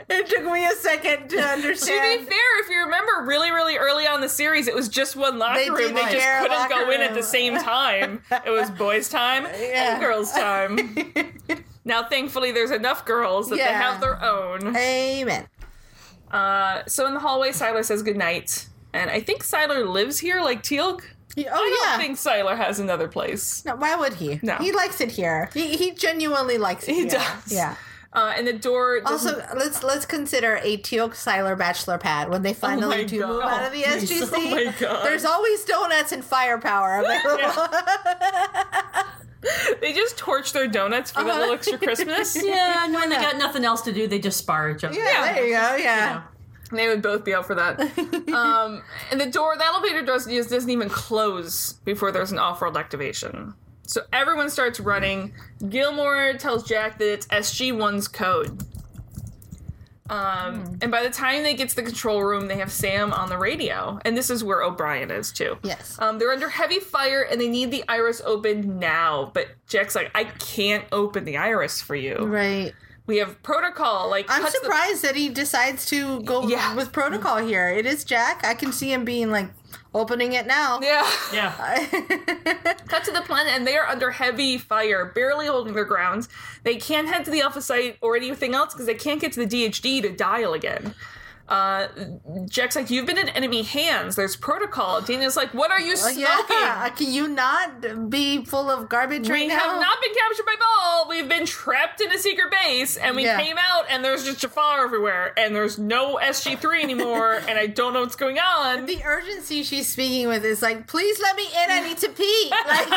S2: it took me a second
S1: to
S2: to
S1: be
S2: understand.
S1: fair, if you remember, really, really early on in the series, it was just one locker
S2: They did
S1: room. They just
S2: share a
S1: couldn't go
S2: locker
S1: in at the
S2: room.
S1: same time. It was boys' time
S2: Yeah.
S1: and girls' time. now, thankfully, there's enough girls that they
S2: Yeah.
S1: have their own.
S2: Amen.
S1: Uh, so in the hallway, Siler says goodnight. And I think Siler lives here, like Teal'c.
S2: Yeah,
S1: I
S2: Oh,
S1: don't
S2: yeah.
S1: think Siler has another place.
S2: no, why would he?
S1: No.
S2: He likes it here. He, he genuinely likes it
S1: He
S2: here.
S1: does.
S2: Yeah.
S1: Uh, and the door. doesn't-
S2: Also, let's let's consider a Teal'c Siler bachelor pad when they finally
S1: Oh my
S2: do
S1: God.
S2: move out of the
S3: Jeez.
S2: SGC.
S1: Oh my God.
S2: There's always donuts and firepower available.
S1: they just torch their donuts for that
S2: Uh-huh.
S1: little extra Christmas.
S3: Yeah, and when they got nothing else to do, they just spar each other.
S2: Yeah, there you go. Yeah.
S1: They would both be out for that. um, and the door, the elevator doors just doesn't even close before there's an off-world activation. So everyone starts running. Gilmore tells Jack that it's SG1's code. Um, And by the time they get to the control room, they have Sam on the radio, and this is where O'Brien is too.
S2: Yes.
S1: Um, they're under heavy fire, and they need the iris opened now. But Jack's like, "I can't open the iris for you.
S2: Right.
S1: We have protocol. Like,
S2: I'm
S1: cuts the-
S2: surprised that he decides to go
S1: Yeah.
S2: with protocol here. It is Jack. I can see him being like opening it now.
S1: yeah."
S3: Yeah.
S1: Cut to the planet, and they are under heavy fire, barely holding their ground. They can't head to the Alpha site or anything else because they can't get to the DHD to dial again. Uh, Jack's like, "You've been in enemy hands. There's protocol." Dana's like, "What are you smoking?
S2: yeah. Can you not be full of garbage
S1: We
S2: right now?
S1: have not been captured by Ball. We've been trapped in a secret base, and we
S2: Yeah.
S1: came out, and there's just Jafar everywhere, and there's no SG three anymore, and I don't know what's going on."
S2: the urgency she's speaking with is like, please let me in. I need to pee. Like,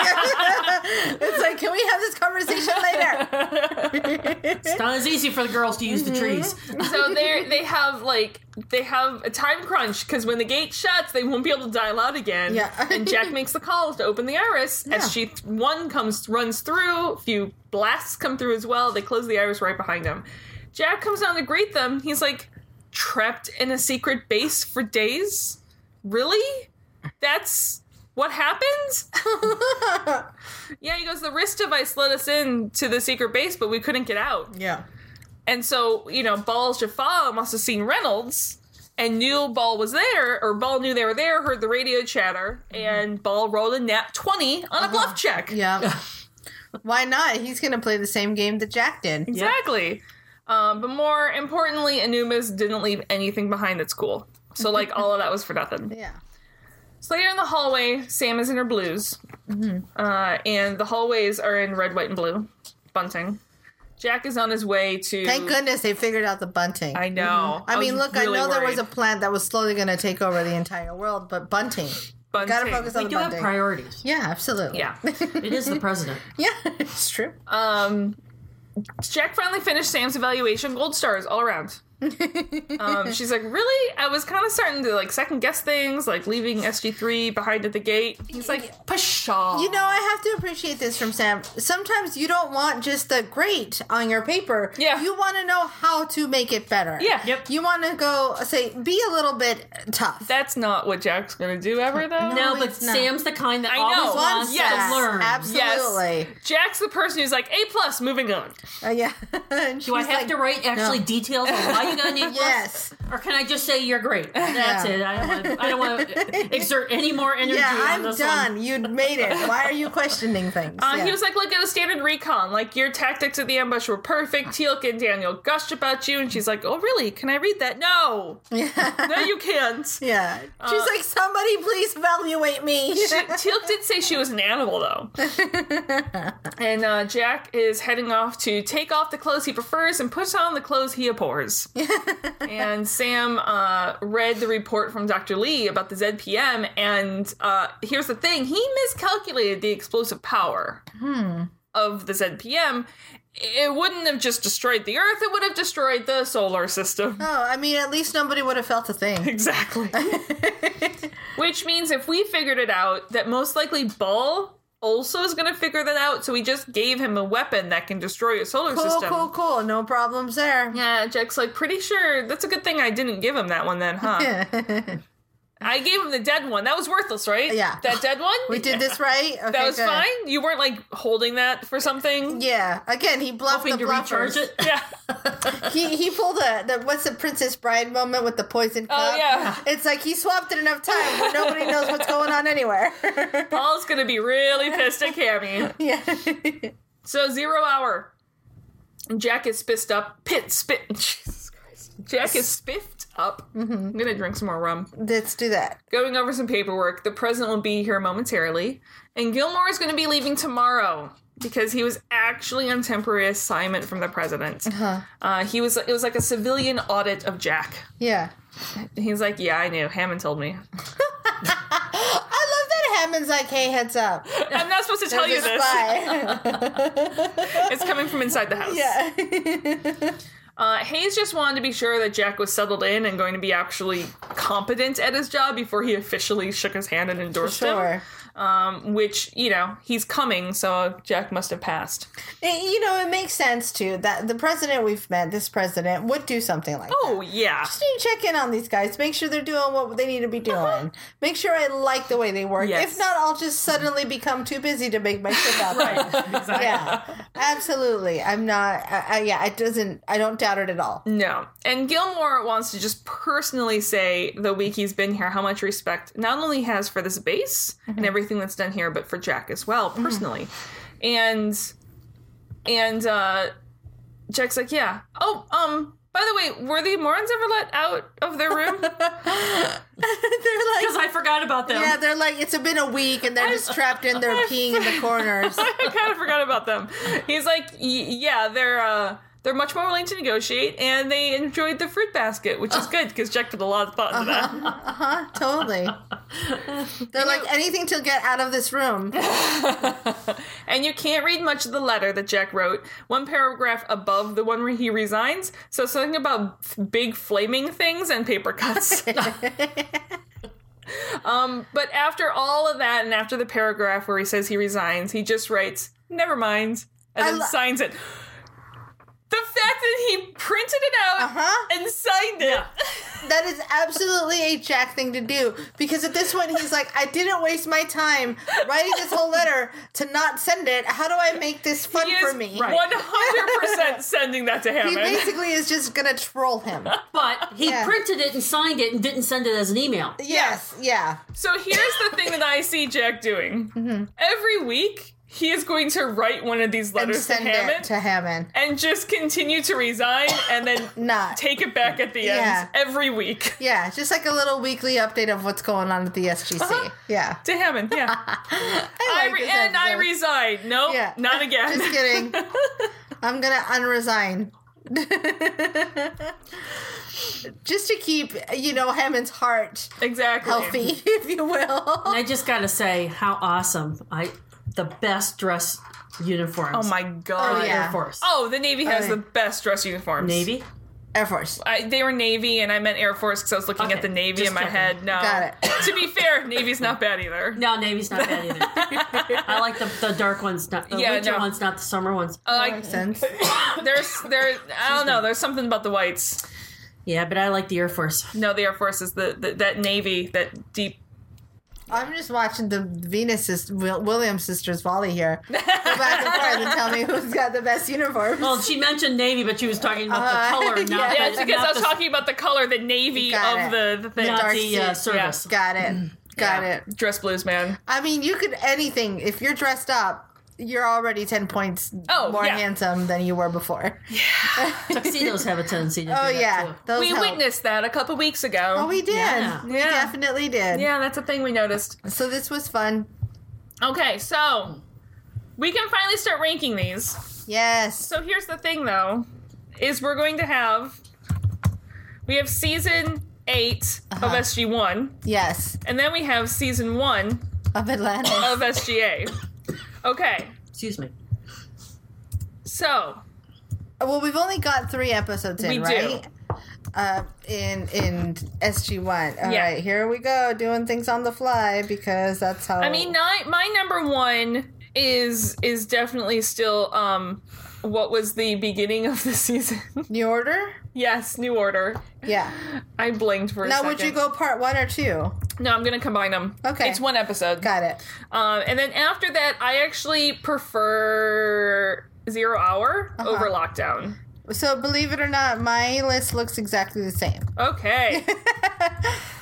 S2: it's like, can we have this conversation later?
S3: It's not as easy for the girls to use the trees.
S1: so they they have like they have a time crunch because when the gate shuts, they won't be able to dial out again.
S2: Yeah.
S1: and Jack makes the calls to open the iris.
S2: Yeah.
S1: As she th- one comes runs through, a few blasts come through as well. They close the iris right behind him. Jack comes down to greet them. He's like trapped in a secret base for days. Really? That's what happens? yeah, he goes, the wrist device let us in to the secret base, but we couldn't get out.
S2: Yeah.
S1: And so, you know, Ball's Jafar must have seen Reynolds and knew Ball was there, or Ball knew they were there, heard the radio chatter, and Ball rolled a nat 20 on a bluff check.
S2: Mm-hmm. Uh-huh. Yeah. Why not? He's going to play the same game that Jack did.
S1: Exactly. Um, but more importantly, Anumas didn't leave anything behind at school. So, like, all of that was for nothing.
S2: Yeah.
S1: So, later in the hallway, Sam is in her blues.
S2: Mm-hmm.
S1: Uh, and the hallways are in red, white, and blue. Bunting. Jack is on his way to.
S2: Thank goodness they figured out the bunting.
S1: I know.
S2: I mean,
S1: was
S2: look,
S1: really
S2: I know there was
S1: worried.
S2: a plant that was slowly going to take over the entire world, but bunting.
S1: bunting.
S2: Got to focus on
S3: We
S2: the
S3: do have
S2: bunting.
S3: priorities.
S2: yeah, absolutely.
S1: Yeah.
S3: It is the president.
S2: Yeah, it's true.
S3: Oh.
S1: Um, Jack finally finished Sam's evaluation. Gold stars all around. um, she's like, really? I was kind of starting to like second guess things, like leaving SG three behind at the gate. He's like, pshaw.
S2: You know, I have to appreciate this from Sam. Sometimes you don't want just the great on your paper.
S1: Yeah.
S2: You want to know how to make it better.
S1: Yeah. Yep.
S2: You want to go say, be a little bit tough.
S1: that's not what Jack's gonna do ever though.
S3: No, but
S2: it's not.
S3: Sam's the kind that
S1: I
S3: always
S1: know.
S3: wants
S1: Yes.
S3: to learn.
S2: Absolutely.
S1: Jack's the person who's like, A plus, moving on.
S2: Uh, yeah. And
S3: Do I
S2: she's
S3: have
S2: like,
S3: to write actually details on why you got an A plus?
S2: Yes.
S3: Or can I just say you're great?
S2: Yeah.
S3: That's it. I don't want to, I don't want to exert any more energy
S2: Yeah,
S3: on
S2: I'm
S3: this
S2: done.
S3: one.
S2: You made it. Why are you questioning things?
S1: Uh,
S2: Yeah.
S1: He was like, look, it was standard recon. Like, your tactics at the ambush were perfect. Teal'c and Daniel gushed about you. And she's like, oh, really? Can I read that? No. no, you can't.
S2: Yeah. She's like, somebody please evaluate me.
S1: Uh, She- Teal'c did say she was an animal, though. and uh, Jack is heading off to take off the clothes he prefers and puts on the clothes he abhors. and Sam uh, read the report from Dr. Lee about the ZPM, and uh, here's the thing he miscalculated the explosive power of the ZPM. It wouldn't have just destroyed the Earth, it would have destroyed the solar system.
S2: Oh, I mean, at least nobody would have felt a thing.
S1: Exactly. Which means if we figured it out, that most likely Ball also is going to figure that out. So we just gave him a weapon that can destroy a solar
S2: Cool,
S1: system.
S2: cool, cool. No problems there.
S1: Yeah, Jack's like, pretty sure that's a good thing I didn't give him that one then, huh? I gave him the dead one. That was worthless, right?
S2: Yeah.
S1: That dead one?
S2: We did this right. Okay,
S1: That was
S2: good.
S1: fine? You weren't like holding that for something?
S2: Yeah. Again, he bluffed
S3: Hoping
S2: the
S3: to recharge
S2: bluffers.
S3: it.
S1: Yeah.
S2: He he pulled a the what's the Princess Bride moment with the poison cup.
S1: Oh, yeah.
S2: It's like he swapped it enough time where nobody knows what's going on anywhere.
S1: Paul's going to be really pissed at Cammy.
S2: yeah.
S1: So, zero hour. Jack is pissed up. Pit, spit. Jesus Christ. Jack is spiffed up.
S2: Mm-hmm.
S1: I'm going to drink some more rum.
S2: Let's do that.
S1: Going over some paperwork. The president will be here momentarily. And Gilmore is going to be leaving tomorrow because he was actually on temporary assignment from the president. Uh-huh. he was it was like a civilian audit of Jack.
S2: Yeah.
S1: He's like, "Yeah, I knew. Hammond told me."
S2: I love that Hammond's like, hey, heads up.
S1: I'm not supposed to tell you
S2: There's a
S1: this.
S2: spy.
S1: It's coming from inside the house. Uh, Hayes just wanted to be sure that Jack was settled in and going to be actually competent at his job before he officially shook his hand and endorsed him.
S2: sure.
S1: Um, which you know he's coming, so Jack must have passed.
S2: It- you know, it makes sense too that the president we've met, this president, would do something like that.
S1: Oh yeah.
S2: Just need to check in on these guys. Make sure they're doing what they need to be doing. Make sure I like the way they work.
S1: Yes.
S2: If not, I'll just suddenly become too busy to make my trip out. there.
S3: Exactly.
S2: Yeah, absolutely. I'm not. I, I, yeah, it doesn't. I don't doubt it at all.
S1: No. And Gilmore wants to just personally say the week he's been here how much respect not only he has for this base and everything that's done here, but for Jack as well, personally. And and uh Jack's like, yeah. Oh, um, by the way, were the Morons ever let out of their room?
S2: they're
S3: Because
S2: like,
S3: I forgot about them.
S2: yeah, they're like, it's been a week, and they're just trapped in there peeing in the corners.
S1: I kind of forgot about them. He's like, y- yeah, they're uh they're much more willing to negotiate, and they enjoyed the fruit basket, which is good because Jack put a lot of thought into
S2: Uh-huh.
S1: that.
S2: Totally. They're like anything to get out of this room.
S1: And you can't read much of the letter that Jack wrote. One paragraph above the one where he resigns, so something about f- big flaming things and paper cuts. um, but after all of that, and after the paragraph where he says he resigns, he just writes, "Never mind," and
S2: I
S1: then
S2: lo-
S1: signs it. The fact that he printed it out
S2: Uh-huh.
S1: and signed it.
S2: That is absolutely a Jack thing to do because at this point he's like, I didn't waste my time writing this whole letter to not send it. How do I make this fun
S1: He
S2: for
S1: is
S2: me?
S1: 100% sending that to
S2: He
S1: Hammond.
S2: basically is just gonna troll him.
S3: But he
S2: Yeah.
S3: printed it and signed it and didn't send it as an email.
S2: Yes, yeah.
S1: So here's the thing that I see Jack doing every week. He is going to write one of these
S2: Mm-hmm. And
S1: letters to
S2: send
S1: Hammond
S2: it to Hammond.
S1: and just continue to resign and then
S2: Not.
S1: take it back at the end
S2: Yeah.
S1: every week
S2: yeah, just like a little weekly update of what's going on at the SGC. Yeah.
S1: to Hammond. Yeah, Uh-huh. I
S2: like
S1: re-
S2: this
S1: and I
S2: episode.
S1: resign. Nope,
S2: Yeah.
S1: not again.
S2: Just kidding. I'm gonna unresign. Just to keep, you know, Hammond's heart
S1: exactly.
S2: healthy, if you will.
S3: And I just gotta say how awesome! I the best dress uniforms.
S1: Oh my god.
S2: Oh, yeah.
S3: Air Force.
S1: Oh, the Navy has the
S2: yeah.
S1: best dress uniforms.
S3: Navy.
S2: Air Force.
S1: I, they were Navy, and I meant Air Force because I was looking
S3: Okay,
S1: at the Navy
S3: just
S1: in my
S3: checking.
S1: head. No,
S2: Got it.
S1: to be fair, Navy's not bad either.
S3: No, Navy's not bad either. I like the, the dark ones, not the
S1: Yeah,
S3: winter
S1: no.
S3: ones, not the summer ones.
S1: Like,
S2: Makes sense.
S1: There's there I don't know. There's something about the whites.
S3: yeah, but I like the Air Force.
S1: No, the Air Force is the, the that navy that deep.
S2: I'm just watching the Venus sis- Wil- Williams sisters volley here. Go back and forth and tell me who's got the best uniforms.
S3: Well, she mentioned Navy, but she was talking about
S2: Uh,
S3: the color, not
S1: Yeah,
S3: yeah,
S1: it's
S3: the,
S1: because I
S3: not
S1: was
S3: the,
S1: talking about the color, the navy
S2: Got
S1: of
S2: it.
S1: the the thing.
S3: not
S2: dark
S3: the uh,
S2: suit.
S3: service.
S2: Got it. Got it.
S1: Dress blues, man.
S2: I mean, you could anything. If you're dressed up, you're already 10 points
S1: Oh,
S2: more
S1: yeah.
S2: handsome than you were before.
S3: Tuxedos have a tendency to do
S2: Oh,
S3: that
S2: yeah.
S3: too.
S2: Those
S1: We
S2: help.
S1: witnessed that a couple weeks ago.
S2: Oh, we did.
S3: Yeah.
S2: We
S1: Yeah.
S2: definitely did.
S1: yeah, that's a thing we noticed.
S2: So this was fun.
S1: Okay, so we can finally start ranking these.
S2: Yes.
S1: So here's the thing, though, is we're going to have we have season 8
S2: Uh-huh.
S1: of SG One,
S2: Yes.
S1: and then we have season one
S2: Of Atlantis.
S1: of SGA. Okay,
S3: Excuse me.
S1: so
S2: well, we've only got three episodes in,
S1: We do.
S2: right? Uh, in in SG one. All right,
S1: Yeah.
S2: here we go, doing things on the fly because that's how.
S1: I mean, my, my number one is is definitely still um, what was the beginning of the season?
S2: new order.
S1: yes, New Order.
S2: Yeah.
S1: I blinked for a
S2: Now,
S1: second.
S2: would you go part one or two?
S1: No, I'm gonna combine them.
S2: Okay.
S1: it's one episode.
S2: Got it.
S1: Um, and then after that, I actually prefer Zero Hour
S2: Uh-huh.
S1: over Lockdown.
S2: So believe it or not, my list looks exactly the same.
S1: Okay.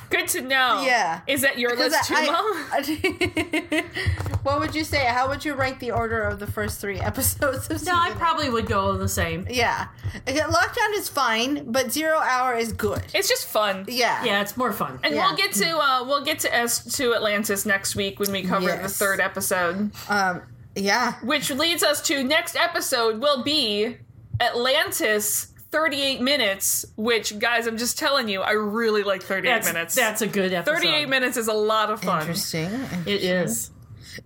S1: Good to know.
S2: Yeah.
S1: Is that your
S2: 'Cause
S1: list too,
S2: I-
S1: Mom?
S2: what would you say? How would you rank the order of the first three episodes of
S3: No,
S2: season?
S3: I
S2: eight?
S3: probably would go the same.
S2: Yeah. Okay, Lockdown is fine, but Zero Hour is good.
S1: It's just fun.
S2: Yeah.
S3: Yeah, it's more fun.
S1: And
S2: Yeah.
S1: we'll get to uh, we'll get to S to Atlantis next week when we cover the
S2: Yes.
S1: third episode,
S2: Um, yeah.
S1: which leads us to next episode will be Atlantis. 38 minutes, which guys, I'm just telling you, I really like 38
S3: That's,
S1: minutes.
S3: that's a good episode.
S1: 38 minutes is a lot of fun.
S2: Interesting.
S3: It is.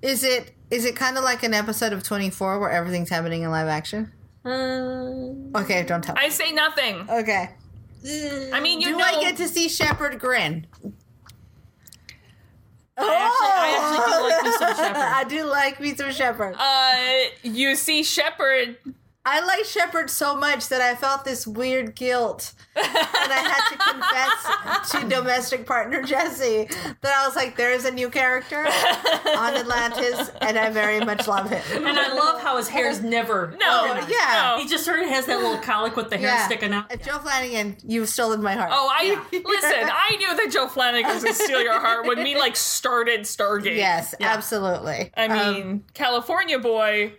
S2: Is it is it kind of like an episode of 24 where everything's happening in live action?
S3: Uh,
S2: Okay, don't tell.
S1: I
S2: me.
S1: say nothing.
S2: okay.
S1: I mean, you
S2: Do
S1: know,
S2: I get to see Shepard grin?
S3: I, actually, I actually do like Mr. Shepard.
S2: Oh! I do like me some Shepard. Oh!
S1: uh, you see Shepard.
S2: I like Shepard so much that I felt this weird guilt. and I had to confess to domestic partner Jesse that I was like, there is a new character on Atlantis, and I very much love him.
S3: And I love how his hair's never.
S1: No,
S2: Oh,
S3: organized.
S2: yeah.
S1: no.
S3: He just sort of has that little colic with the hair sticking out.
S2: Uh, Joe Flanagan, you've stolen my heart.
S1: Oh, I listen. I knew that Joe Flanagan was gonna steal your heart when we like started Stargate.
S2: yes,
S3: Yeah.
S2: absolutely. Um,
S1: I mean California boy.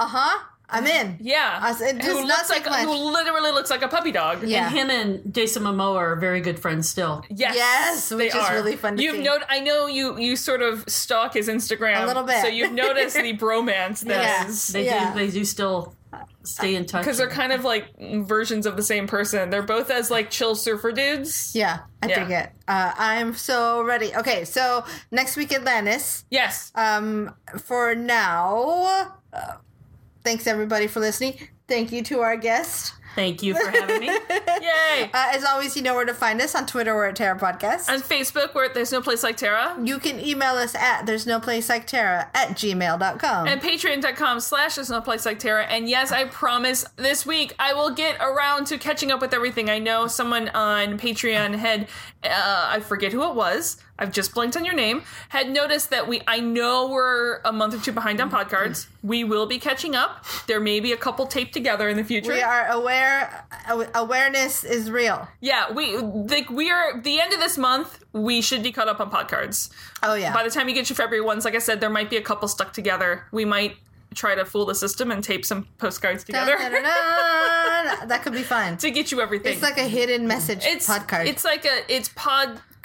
S2: uh huh. I'm in.
S1: Yeah,
S2: I said,
S1: who
S2: does not
S1: looks
S2: take
S1: like who
S2: much.
S1: literally looks like a puppy dog.
S2: Yeah.
S3: And him and Jason Momoa are very good friends still.
S1: Yes,
S2: Yes, which
S1: they
S2: is
S1: are.
S2: really fun to
S1: you've
S2: see.
S1: Not- I know you. You sort of stalk his Instagram
S2: A little bit.
S1: so you've noticed the bromance that
S2: Yeah.
S1: is
S3: They
S2: Yeah.
S3: do. They do still stay in touch.
S1: because they're kind of like versions of the same person. They're both as like chill surfer dudes.
S2: Yeah, I
S1: Yeah.
S2: dig it. Uh, I'm so ready. Okay, so next week Atlantis.
S1: Yes.
S2: Um, for now, uh, thanks everybody for listening. Thank you to our guest.
S3: Thank you for having me.
S1: Yay.
S2: Uh, as always, you know where to find us on Twitter or at Terra Podcast.
S1: On Facebook, where there's no place like Terra.
S2: you can email us at there's no place like Terra at gmail.com.
S1: and patreon.com slash there's no place like terra and yes i promise this week i will get around to catching up with everything i know someone on patreon had uh, i forget who it was i've just blinked on your name had noticed that we i know we're a month or two behind on podcards we will be catching up there may be a couple taped together in the future
S2: we are aware, aw- awareness is real.
S1: yeah we like we are the end of this month we should be caught up on podcards
S2: Oh, yeah.
S1: by the time you get your February ones, like I said, there might be a couple stuck together. We might try to fool the system and tape some postcards
S2: Dun,
S1: together
S2: dun, dun, dun. that could be fun.
S1: to get you everything.
S2: It's like a hidden message
S1: it's
S2: podcast.
S1: It's like a it's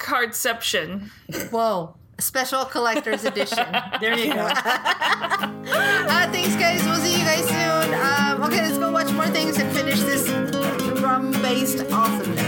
S1: podcardception.
S2: Whoa. Special collector's edition. uh,
S3: There you go.
S2: thanks, guys. We'll see you guys soon. Um, okay, let's go watch more things and finish this rum based awesomeness.